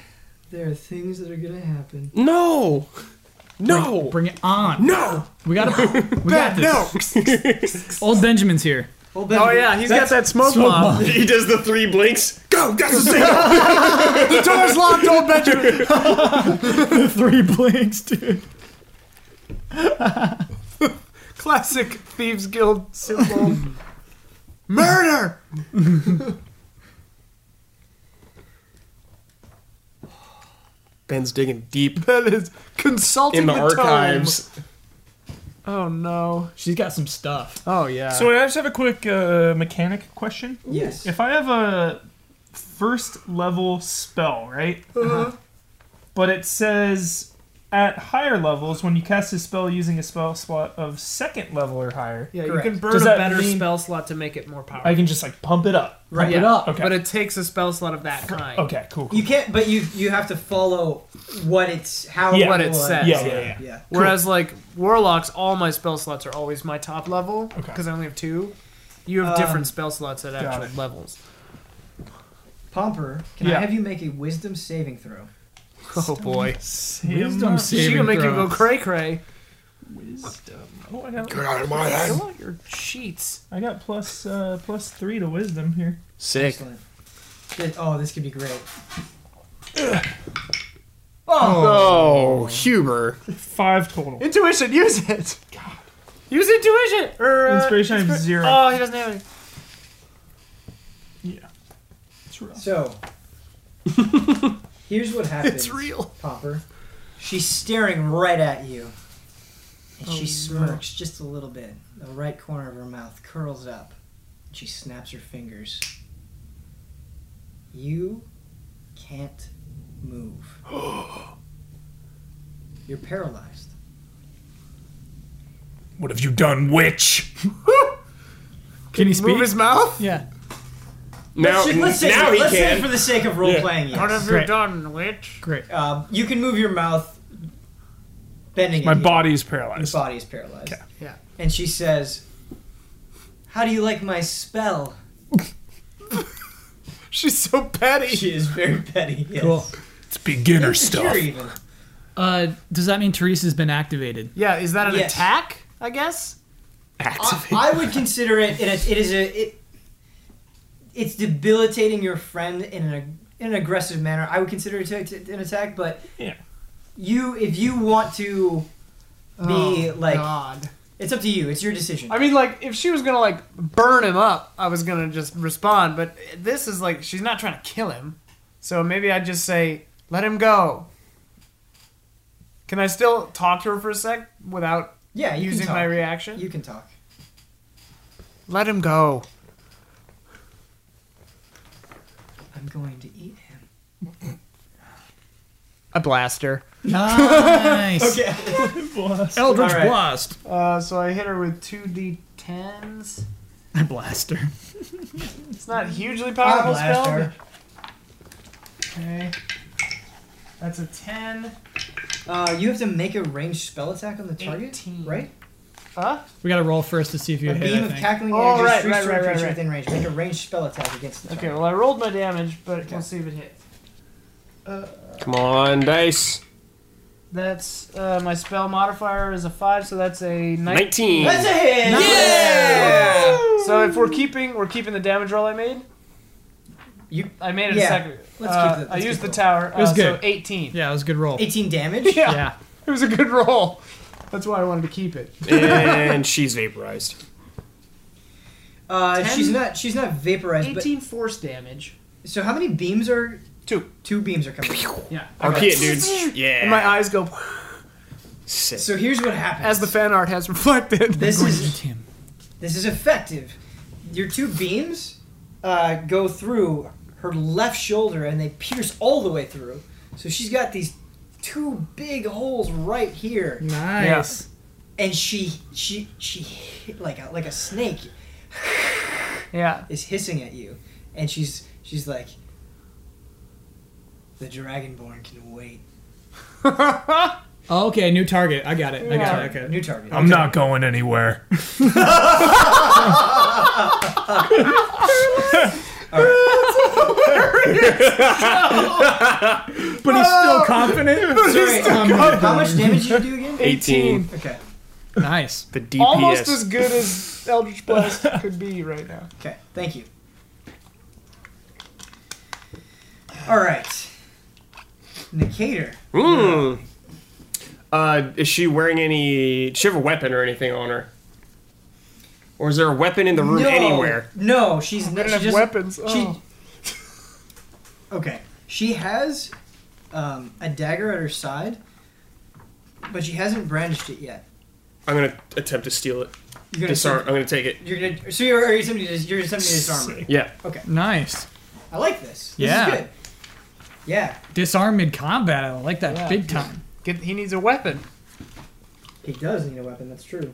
S1: there are things that are gonna happen.
S5: No. No.
S4: Bring it on.
S5: no.
S4: We got to. We got this. No. Old Benjamin's here.
S1: Oh, oh
S2: he's got that smoke, bomb.
S5: He does the three blinks. Go. That's the same.
S2: The door's locked, old Benjamin.
S4: Three blinks, dude.
S2: Classic thieves guild symbol. Uh-huh. Murder.
S5: Ben's digging deep
S2: That is consulting
S5: in the
S2: the
S5: archives.
S2: tome. Oh no.
S4: She's got some stuff.
S2: Oh yeah.
S3: So I just have a quick uh, mechanic question.
S1: Yes.
S3: If I have a first level spell, right? But it says at higher levels, when you cast a spell using a spell slot of second level or higher,
S2: yeah,
S1: Correct.
S2: you can burn
S3: Does
S2: a
S3: that
S2: better
S3: mean-
S2: spell slot to make it more powerful.
S3: I can just like pump it up.
S1: Right.
S2: Yeah,
S3: Okay.
S2: But it takes a spell slot of that kind.
S3: Okay, cool. cool.
S1: You can't, but you you have to follow what it's how
S3: Yeah.
S2: What
S1: it
S2: it
S1: was.
S2: says.
S3: yeah, yeah, yeah.
S1: Yeah.
S2: Whereas like warlocks, all my spell slots are always my top level
S3: Okay.
S2: because I only have two. You have
S1: Um,
S2: different spell slots at actual
S3: it.
S2: levels.
S1: Pomper, can I
S3: Yeah.
S1: have you make a Wisdom saving throw?
S2: Oh boy,
S3: Wisdom.
S2: she gonna make you go cray cray.
S3: Wisdom. Oh, I got,
S5: Get out of my head.
S2: Fill out your sheets.
S3: I got plus uh, plus three to wisdom here.
S5: Sick.
S1: Excellent. Good- Oh, this could be great.
S5: Oh, Huber.
S3: Five total.
S2: Intuition, use it. Use intuition or uh,
S3: Inspiration, I have
S2: inspira-
S3: zero.
S2: Oh, he doesn't have any.
S3: Yeah. It's rough.
S1: So, here's what happens.
S2: It's real.
S1: Popper. She's staring right at you. And
S5: Oh,
S1: she smirks just a little bit. The right corner of her mouth curls up. And she snaps her fingers. You can't move. You're paralyzed.
S3: What have you done, witch?
S4: Can he
S2: Move
S4: speak?
S2: his mouth.
S4: Yeah.
S5: Now,
S1: Let's- let's say,
S5: now he
S1: let's say
S5: can.
S1: for the sake of role playing,
S2: What
S1: yes.
S2: have you
S4: Great.
S2: done, witch?
S1: Um, you can move your mouth, bending
S3: My
S1: it.
S3: body's
S1: His
S3: paralyzed.
S1: body is paralyzed.
S2: Yeah.
S1: And she says, How do you like my spell?
S2: She's so petty.
S1: She is very petty. Yes.
S4: Cool.
S3: It's beginner
S1: Insecure even.
S4: Uh, does that mean Teresa's been activated?
S2: Yeah, is that an
S1: Yes.
S2: attack? I guess.
S1: I, I would consider it, it is, it is a. It, it's debilitating your friend in an, in an aggressive manner. I would consider it to- to- an attack, but
S3: Yeah.
S1: you, if you want to
S2: Oh,
S1: be like,
S2: God.
S1: it's up to you. It's your decision.
S2: I mean, like, if she was gonna like burn him up, I was gonna just respond. But this is like, she's not trying to kill him, so maybe I'd just say, "Let him go." Can I still talk to her for a sec without
S1: yeah, you
S2: using
S1: can talk.
S2: my reaction?
S1: You can talk.
S2: Let him go.
S1: I'm going to eat him.
S2: A blaster.
S4: Nice.
S1: Okay.
S4: Eldritch
S1: All right.
S4: Blast.
S2: Uh, so I hit her with two d tens.
S4: I blast her.
S2: It's not
S1: Mm.
S2: a hugely
S1: I'll
S2: powerful
S1: blast
S2: spell.
S1: her.
S2: Okay. That's a 10.
S1: Uh, you have to make a ranged spell attack on the target,
S2: 18.
S1: right?
S2: Huh?
S4: We got to roll first to see if you
S1: A
S4: hit.
S1: beam
S4: I
S1: of
S4: think.
S1: cackling
S2: Oh,
S1: energy
S2: right,
S1: shoots
S2: right,
S1: through a
S2: right, right,
S1: creature
S2: right.
S1: within range. Make a ranged spell attack against the
S2: Okay,
S1: target.
S2: well, I rolled my damage, but we'll see if it hits.
S5: Come on, dice.
S2: That's uh, my spell modifier is a 5, so that's a 19.
S5: 19.
S1: That's a hit.
S2: So if we're keeping, we're keeping the damage roll I made.
S1: You-
S2: I made it
S1: yeah.
S2: a second.
S1: Let's
S2: uh,
S1: keep the-
S2: I
S1: let's
S2: used the
S1: keep
S2: tower. It
S4: was
S2: So
S4: good.
S2: 18.
S4: Yeah, it was a good roll.
S1: Eighteen damage.
S2: Yeah.
S4: Yeah.
S2: It was a good roll. That's why I wanted to keep it.
S5: and she's vaporized.
S1: Uh, she's not. She's not vaporized.
S2: force damage.
S1: But so how many beams are?
S2: Two.
S1: Two beams are coming.
S5: RP it, dudes. Yeah.
S2: And my eyes go
S5: Sick.
S1: So here's what happens.
S2: as the fan art has reflected.
S1: this is
S4: Tim.
S1: This is effective. Your two beams uh, go through her left shoulder and they pierce all the way through. So she's got these two big holes right here,
S4: Nice.
S1: and she she she hit like a like a snake
S2: Yeah.
S1: is hissing at you, and she's she's like, the dragonborn can wait.
S4: Oh, okay, new target. I got it. I got
S2: Yeah.
S4: it. Okay.
S1: New target.
S3: I'm not going anywhere.
S4: But he's still confident.
S1: Sorry, um, how, how much damage did you do again?
S5: 18.
S1: Okay.
S4: nice.
S5: The DPS.
S2: Almost as good as Eldritch Blast could be right now.
S1: Okay, thank you. All right. Nicator.
S5: Mm. Uh, is she wearing any? Does she have a weapon or anything on her? Or is there a weapon in the room
S1: no,
S5: anywhere?
S1: No, she's not. She just,
S2: weapons. Oh.
S1: she- okay, she has um, a dagger at her side, but she hasn't brandished it yet.
S5: I'm gonna attempt to steal it.
S1: You're gonna
S5: Disarm. I'm gonna take it.
S1: You're gonna. So you're already somebody. You're somebody to disarm her.
S5: Yeah.
S4: Nice.
S1: I like this. this
S4: Yeah.
S1: Is good. Yeah.
S4: Disarm mid combat. I like that
S2: Yeah.
S4: big time.
S2: Get, he needs a weapon.
S1: He does need a weapon. That's true.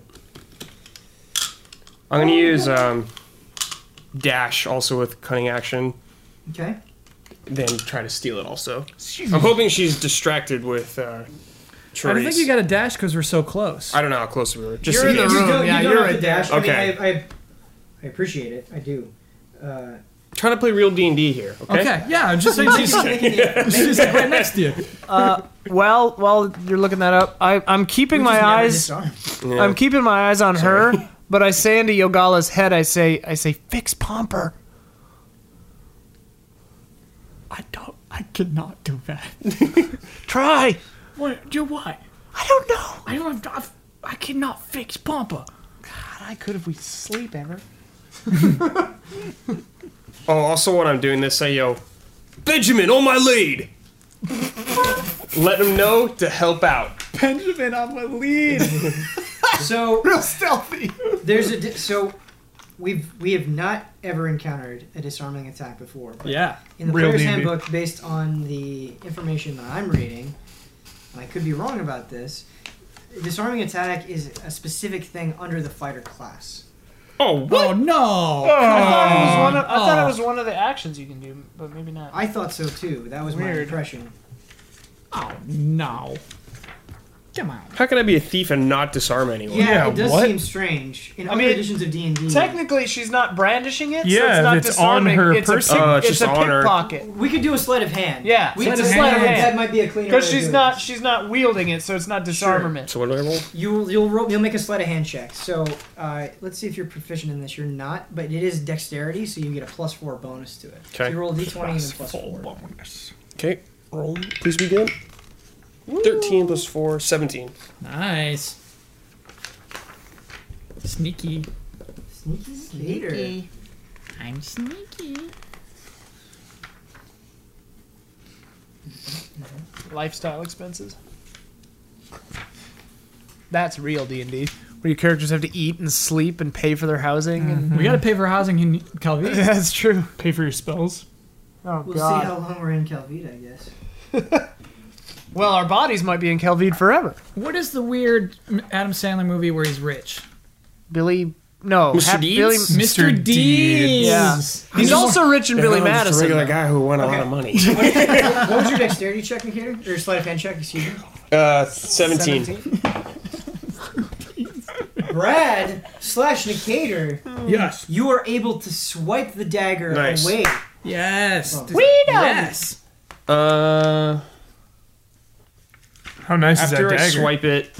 S5: I'm gonna use um, dash also with cunning action.
S1: Okay.
S5: Then try to steal it also. I'm hoping she's distracted with. Uh,
S4: I don't think
S5: Charisse.
S4: you got a dash because we're so close.
S5: I don't know how close we were. Just
S2: You're in
S5: in
S2: the
S5: case.
S1: You
S2: room.
S1: don't,
S2: yeah,
S1: you don't
S2: you're
S1: have
S2: a-
S1: to dash. I mean,
S5: okay.
S1: I, I, I appreciate it. I do. Uh,
S5: Trying to play real D and D here. Okay.
S4: Okay. Yeah. I'm just saying she's, she's like right next to you.
S2: Well, while you're looking that up, I, I'm keeping my eyes. I'm keeping my eyes on her, but I say into Yogala's head, I say, I say, fix Pomper.
S4: I don't. Oh, I could not do that.
S2: Try.
S4: Why? Do why?
S2: I don't know.
S4: I don't have. I cannot fix Pompa.
S2: I could if we sleep ever.
S5: Oh, also when I'm doing this, say yo, Benjamin on my lead. Let him know to help out.
S4: Benjamin on my lead.
S1: So real stealthy. There's a di- so we've we have not ever encountered a disarming attack before. But
S4: Yeah.
S1: In the
S3: real
S1: player's
S3: D&D.
S1: handbook, based on the information that I'm reading, and I could be wrong about this, disarming attack is a specific thing under the fighter class.
S5: Oh, what?
S4: Oh no.
S2: I thought it was one. Of, I thought
S4: Oh.
S2: it was one of the actions you can do, but maybe not.
S1: I thought so too. That was my
S2: Weird.
S1: impression.
S4: Oh no. Come on.
S5: How can I be a thief and not disarm anyone?
S1: Yeah,
S3: Yeah,
S1: it does
S3: what?
S1: seem strange. In
S2: I
S1: other
S2: mean,
S1: editions of D and
S2: Mm.
S1: D,
S2: Technically, she's not brandishing it. so
S3: Yeah,
S2: it's not
S3: it's on
S2: disarming.
S3: her
S2: it's
S3: person.
S2: A pick,
S5: Oh, it's
S2: it's
S5: just
S2: a
S5: on her.
S2: pickpocket
S1: we could do a sleight of hand.
S2: Yeah,
S1: we
S2: sleight
S1: could
S2: of
S1: sleight of
S2: hand.
S1: hand. That might be a cleaner.
S2: because
S1: way of
S2: she's
S1: doing
S2: not
S1: this.
S2: she's not wielding it, so it's not disarmament.
S5: So what do I roll?
S1: You'll you'll roll, you'll make a sleight of hand check. So uh, let's see if you're proficient in this. You're not, but it is dexterity, so you get a plus four bonus to it. So
S5: Okay.
S1: you roll a d20 and then plus four.
S5: Okay, roll. Please be good. Thirteen plus four, 17.
S4: Nice. Sneaky.
S1: Sneaky skater.
S4: I'm sneaky.
S2: Lifestyle expenses. That's real D and D, where your characters have to eat and sleep and pay for their housing. And
S4: We gotta pay for housing in Calvi.
S2: that's true.
S3: Pay for your spells.
S2: Mm-hmm. Oh
S1: We'll
S2: God.
S1: see how long we're in Calvita, I guess.
S2: well, our bodies might be in Kelvide forever.
S4: What is the weird Adam Sandler movie where he's rich?
S2: Billy no,
S5: Mr.
S2: Hap-
S5: Deeds?
S2: Billy-
S5: Mr.
S2: Mr.
S5: Deeds.
S2: Deeds. Yeah. He's
S5: He's
S2: also
S5: just-
S2: rich and
S5: Yeah,
S2: Billy
S5: no, he's just a
S2: Madison.
S5: regular
S2: though.
S5: guy who won a lot of money.
S1: what was your dexterity check, Nicator? Or sleight of hand check, excuse me?
S5: Uh, 17.
S1: Brad slash Nicator. Yes. You are able to swipe the dagger
S5: Nice.
S1: away.
S4: Yes.
S1: Oh.
S4: We know. Yes.
S5: Uh,
S3: How nice is
S5: after
S3: that
S5: I
S3: dagger?
S5: swipe it,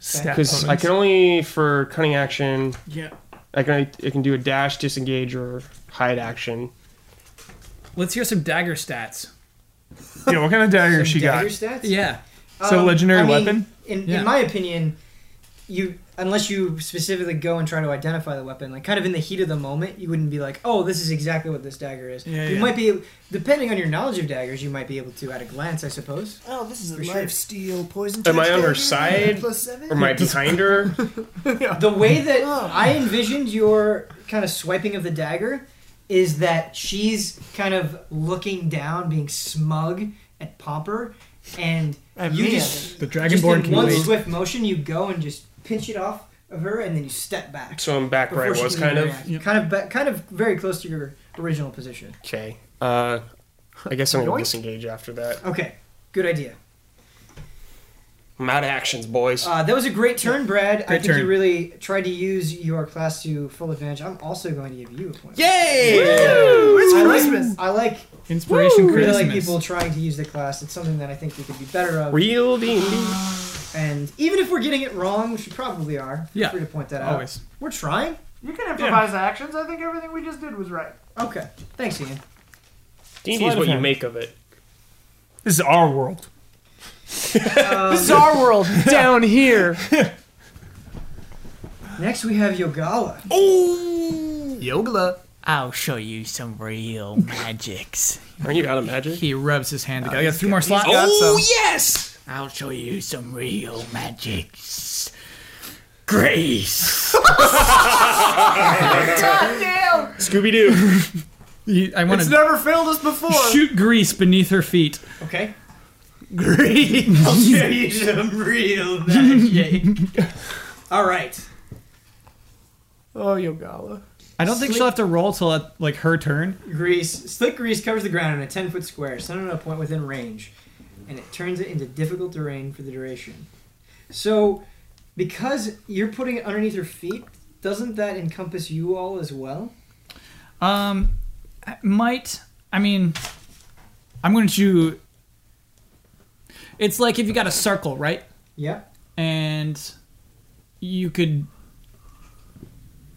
S3: Stab
S5: because I
S3: opponents.
S5: can only for cunning action.
S4: Yeah.
S5: I can I can do a dash, disengage, or hide action.
S4: Let's hear some dagger stats.
S3: yeah, what kind of dagger she
S1: dagger
S3: got?
S1: stats?
S4: Yeah.
S3: So legendary
S1: Um, I mean,
S3: weapon?
S1: In,
S4: Yeah.
S1: in my opinion, you unless you specifically go and try to identify the weapon, like kind of in the heat of the moment, you wouldn't be like, "Oh, this is exactly what this dagger is."
S4: Yeah,
S1: you
S4: yeah.
S1: might be, depending on your knowledge of daggers, you might be able to at a glance, I suppose.
S9: Oh, this is a
S1: For sure.
S9: live steel poison.
S5: Am I
S9: touch
S5: on
S9: dagger,
S5: her side?
S9: Plus seven.
S5: Or my behind her.
S1: The way that
S9: Oh.
S1: I envisioned your kind of swiping of the dagger is that she's kind of looking down, being smug at Pomper, and
S2: At
S1: you
S2: me, I
S1: just
S4: The
S1: just
S4: dragonborn
S1: in
S4: can
S1: one
S4: wait.
S1: swift motion, you go and just pinch it off of her, and then you step back.
S5: So I'm back where I
S1: Before she
S5: was,
S1: can
S5: kind of.
S1: react. kind of, ba- kind of very close to your original position.
S5: Okay. Uh, I guess I'm gonna
S2: Yoink.
S5: disengage after that.
S1: Okay, good idea.
S5: I'm out of actions, boys.
S1: Uh, that was a great turn, Brad. I
S4: Great
S1: think you
S4: turn.
S1: really tried to use your class to full advantage. I'm also going to give you a point.
S4: Yay!
S1: It's I
S9: Christmas.
S1: Like, I like
S4: Inspiration
S1: really like
S4: Christmas.
S1: people trying to use the class. It's something that I think we could be better of.
S5: Real D.
S1: and even if we're getting it wrong, which we probably are, feel
S4: Yeah,
S1: free to point that out.
S4: Always.
S1: We're trying.
S2: You can improvise actions. I think everything we just did was right.
S1: Okay. Thanks, Ian.
S5: D&D
S3: Sleight
S5: is
S3: of
S5: what you
S3: hand.
S5: make of it.
S3: This is our world.
S2: This is our world down here.
S1: Next we have Yogala.
S2: Yogla.
S9: I'll show you some real magics. Oh,
S5: Aren't you out of magic? Oh,
S4: He rubs his hand together. I got three more slots.
S5: yes!
S9: I'll show you some real magics. Grace.
S5: Scooby Doo.
S4: He- I want
S2: It's
S4: to
S2: never failed us before.
S4: shoot grease beneath her feet.
S1: Okay.
S4: Grease.
S1: All right.
S2: Oh, Yogala.
S4: I don't think she'll have to roll till uh, like her turn.
S1: Grease. Slick grease covers the ground in a 10 foot square, centered on a point within range, and it turns it into difficult terrain for the duration. So, because you're putting it underneath your feet, doesn't that encompass you all as well?
S4: Um, I might. I mean, I'm going to. It's like if you got a circle, right?
S1: Yeah.
S4: And you could.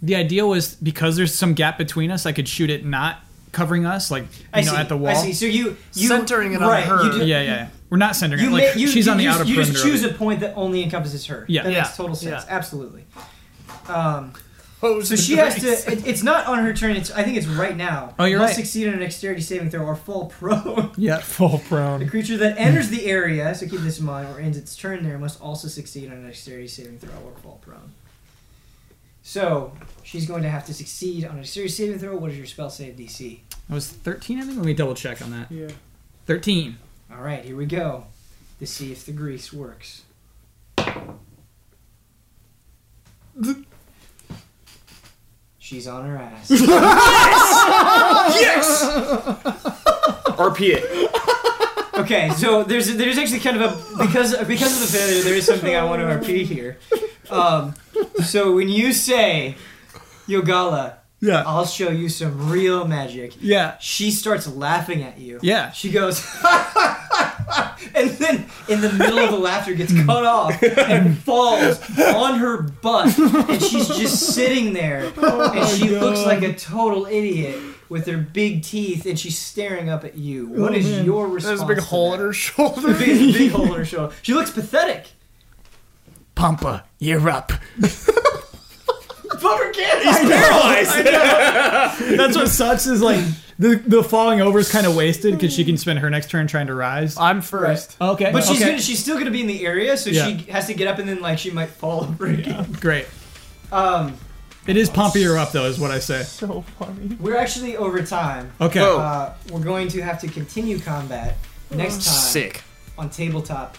S4: The idea was because there's some gap between us, I could shoot it not covering us, like you
S1: I
S4: know,
S1: see.
S4: at the wall.
S1: I see. So you, you
S2: Centering it on
S1: right,
S2: her.
S1: You do,
S4: Yeah, yeah, yeah. We're not centering.
S1: You,
S4: it. Like
S1: ma- you,
S4: she's
S1: you
S4: on the
S1: just,
S4: outer
S1: you
S4: perimeter.
S1: just
S4: of
S1: choose
S4: it.
S1: a point that only encompasses her.
S4: Yeah.
S1: that
S4: Yeah.
S1: makes total sense.
S2: Yeah.
S1: Absolutely. Um, so she has to. It, it's not on her turn. It's I think it's right now.
S4: Oh, you're
S1: Must
S4: right.
S1: succeed on a dexterity saving throw or fall prone.
S4: Yeah.
S3: Full prone.
S1: The creature that enters the area, so keep this in mind, or ends its turn there, must also succeed on a dexterity saving throw or fall prone. So she's going to have to succeed on a dexterity saving throw. What is your spell save DC?
S4: That was 13, I think. Let me double check on that.
S2: Yeah.
S4: 13.
S1: All right, here we go. To see if the grease works. She's on her ass.
S5: RP it.
S1: Okay, so there's there's actually kind of a because because of the failure, there is something I want to repeat here. Um, so when you say, Yogala,
S4: Yeah.
S1: I'll show you some real magic.
S4: Yeah.
S1: She starts laughing at you.
S4: Yeah.
S1: She goes, and then in the middle of the laughter gets cut off and falls on her butt, and she's just sitting there, and she looks like a total idiot with her big teeth, and she's staring up at you. What is your response?
S2: There's a big
S1: to
S2: hole
S1: that?
S2: in her shoulder.
S1: There's a big hole in her shoulder. She looks pathetic.
S9: Pompa, you're up.
S1: Bummer can't.
S4: That's what sucks is like the, the falling over is kind of wasted because she can spend her next turn trying to rise.
S2: I'm first.
S4: Okay.
S1: But she's
S4: okay.
S1: gonna, she's still gonna be in the area, so
S4: Yeah.
S1: she has to get up and then like she might fall over again.
S4: Great.
S1: Um,
S4: It is pompier up, though, is what I say.
S3: So funny.
S1: we're actually over time.
S4: Okay.
S5: Whoa.
S1: Uh, we're going to have to continue combat next time
S5: Sick.
S1: on tabletop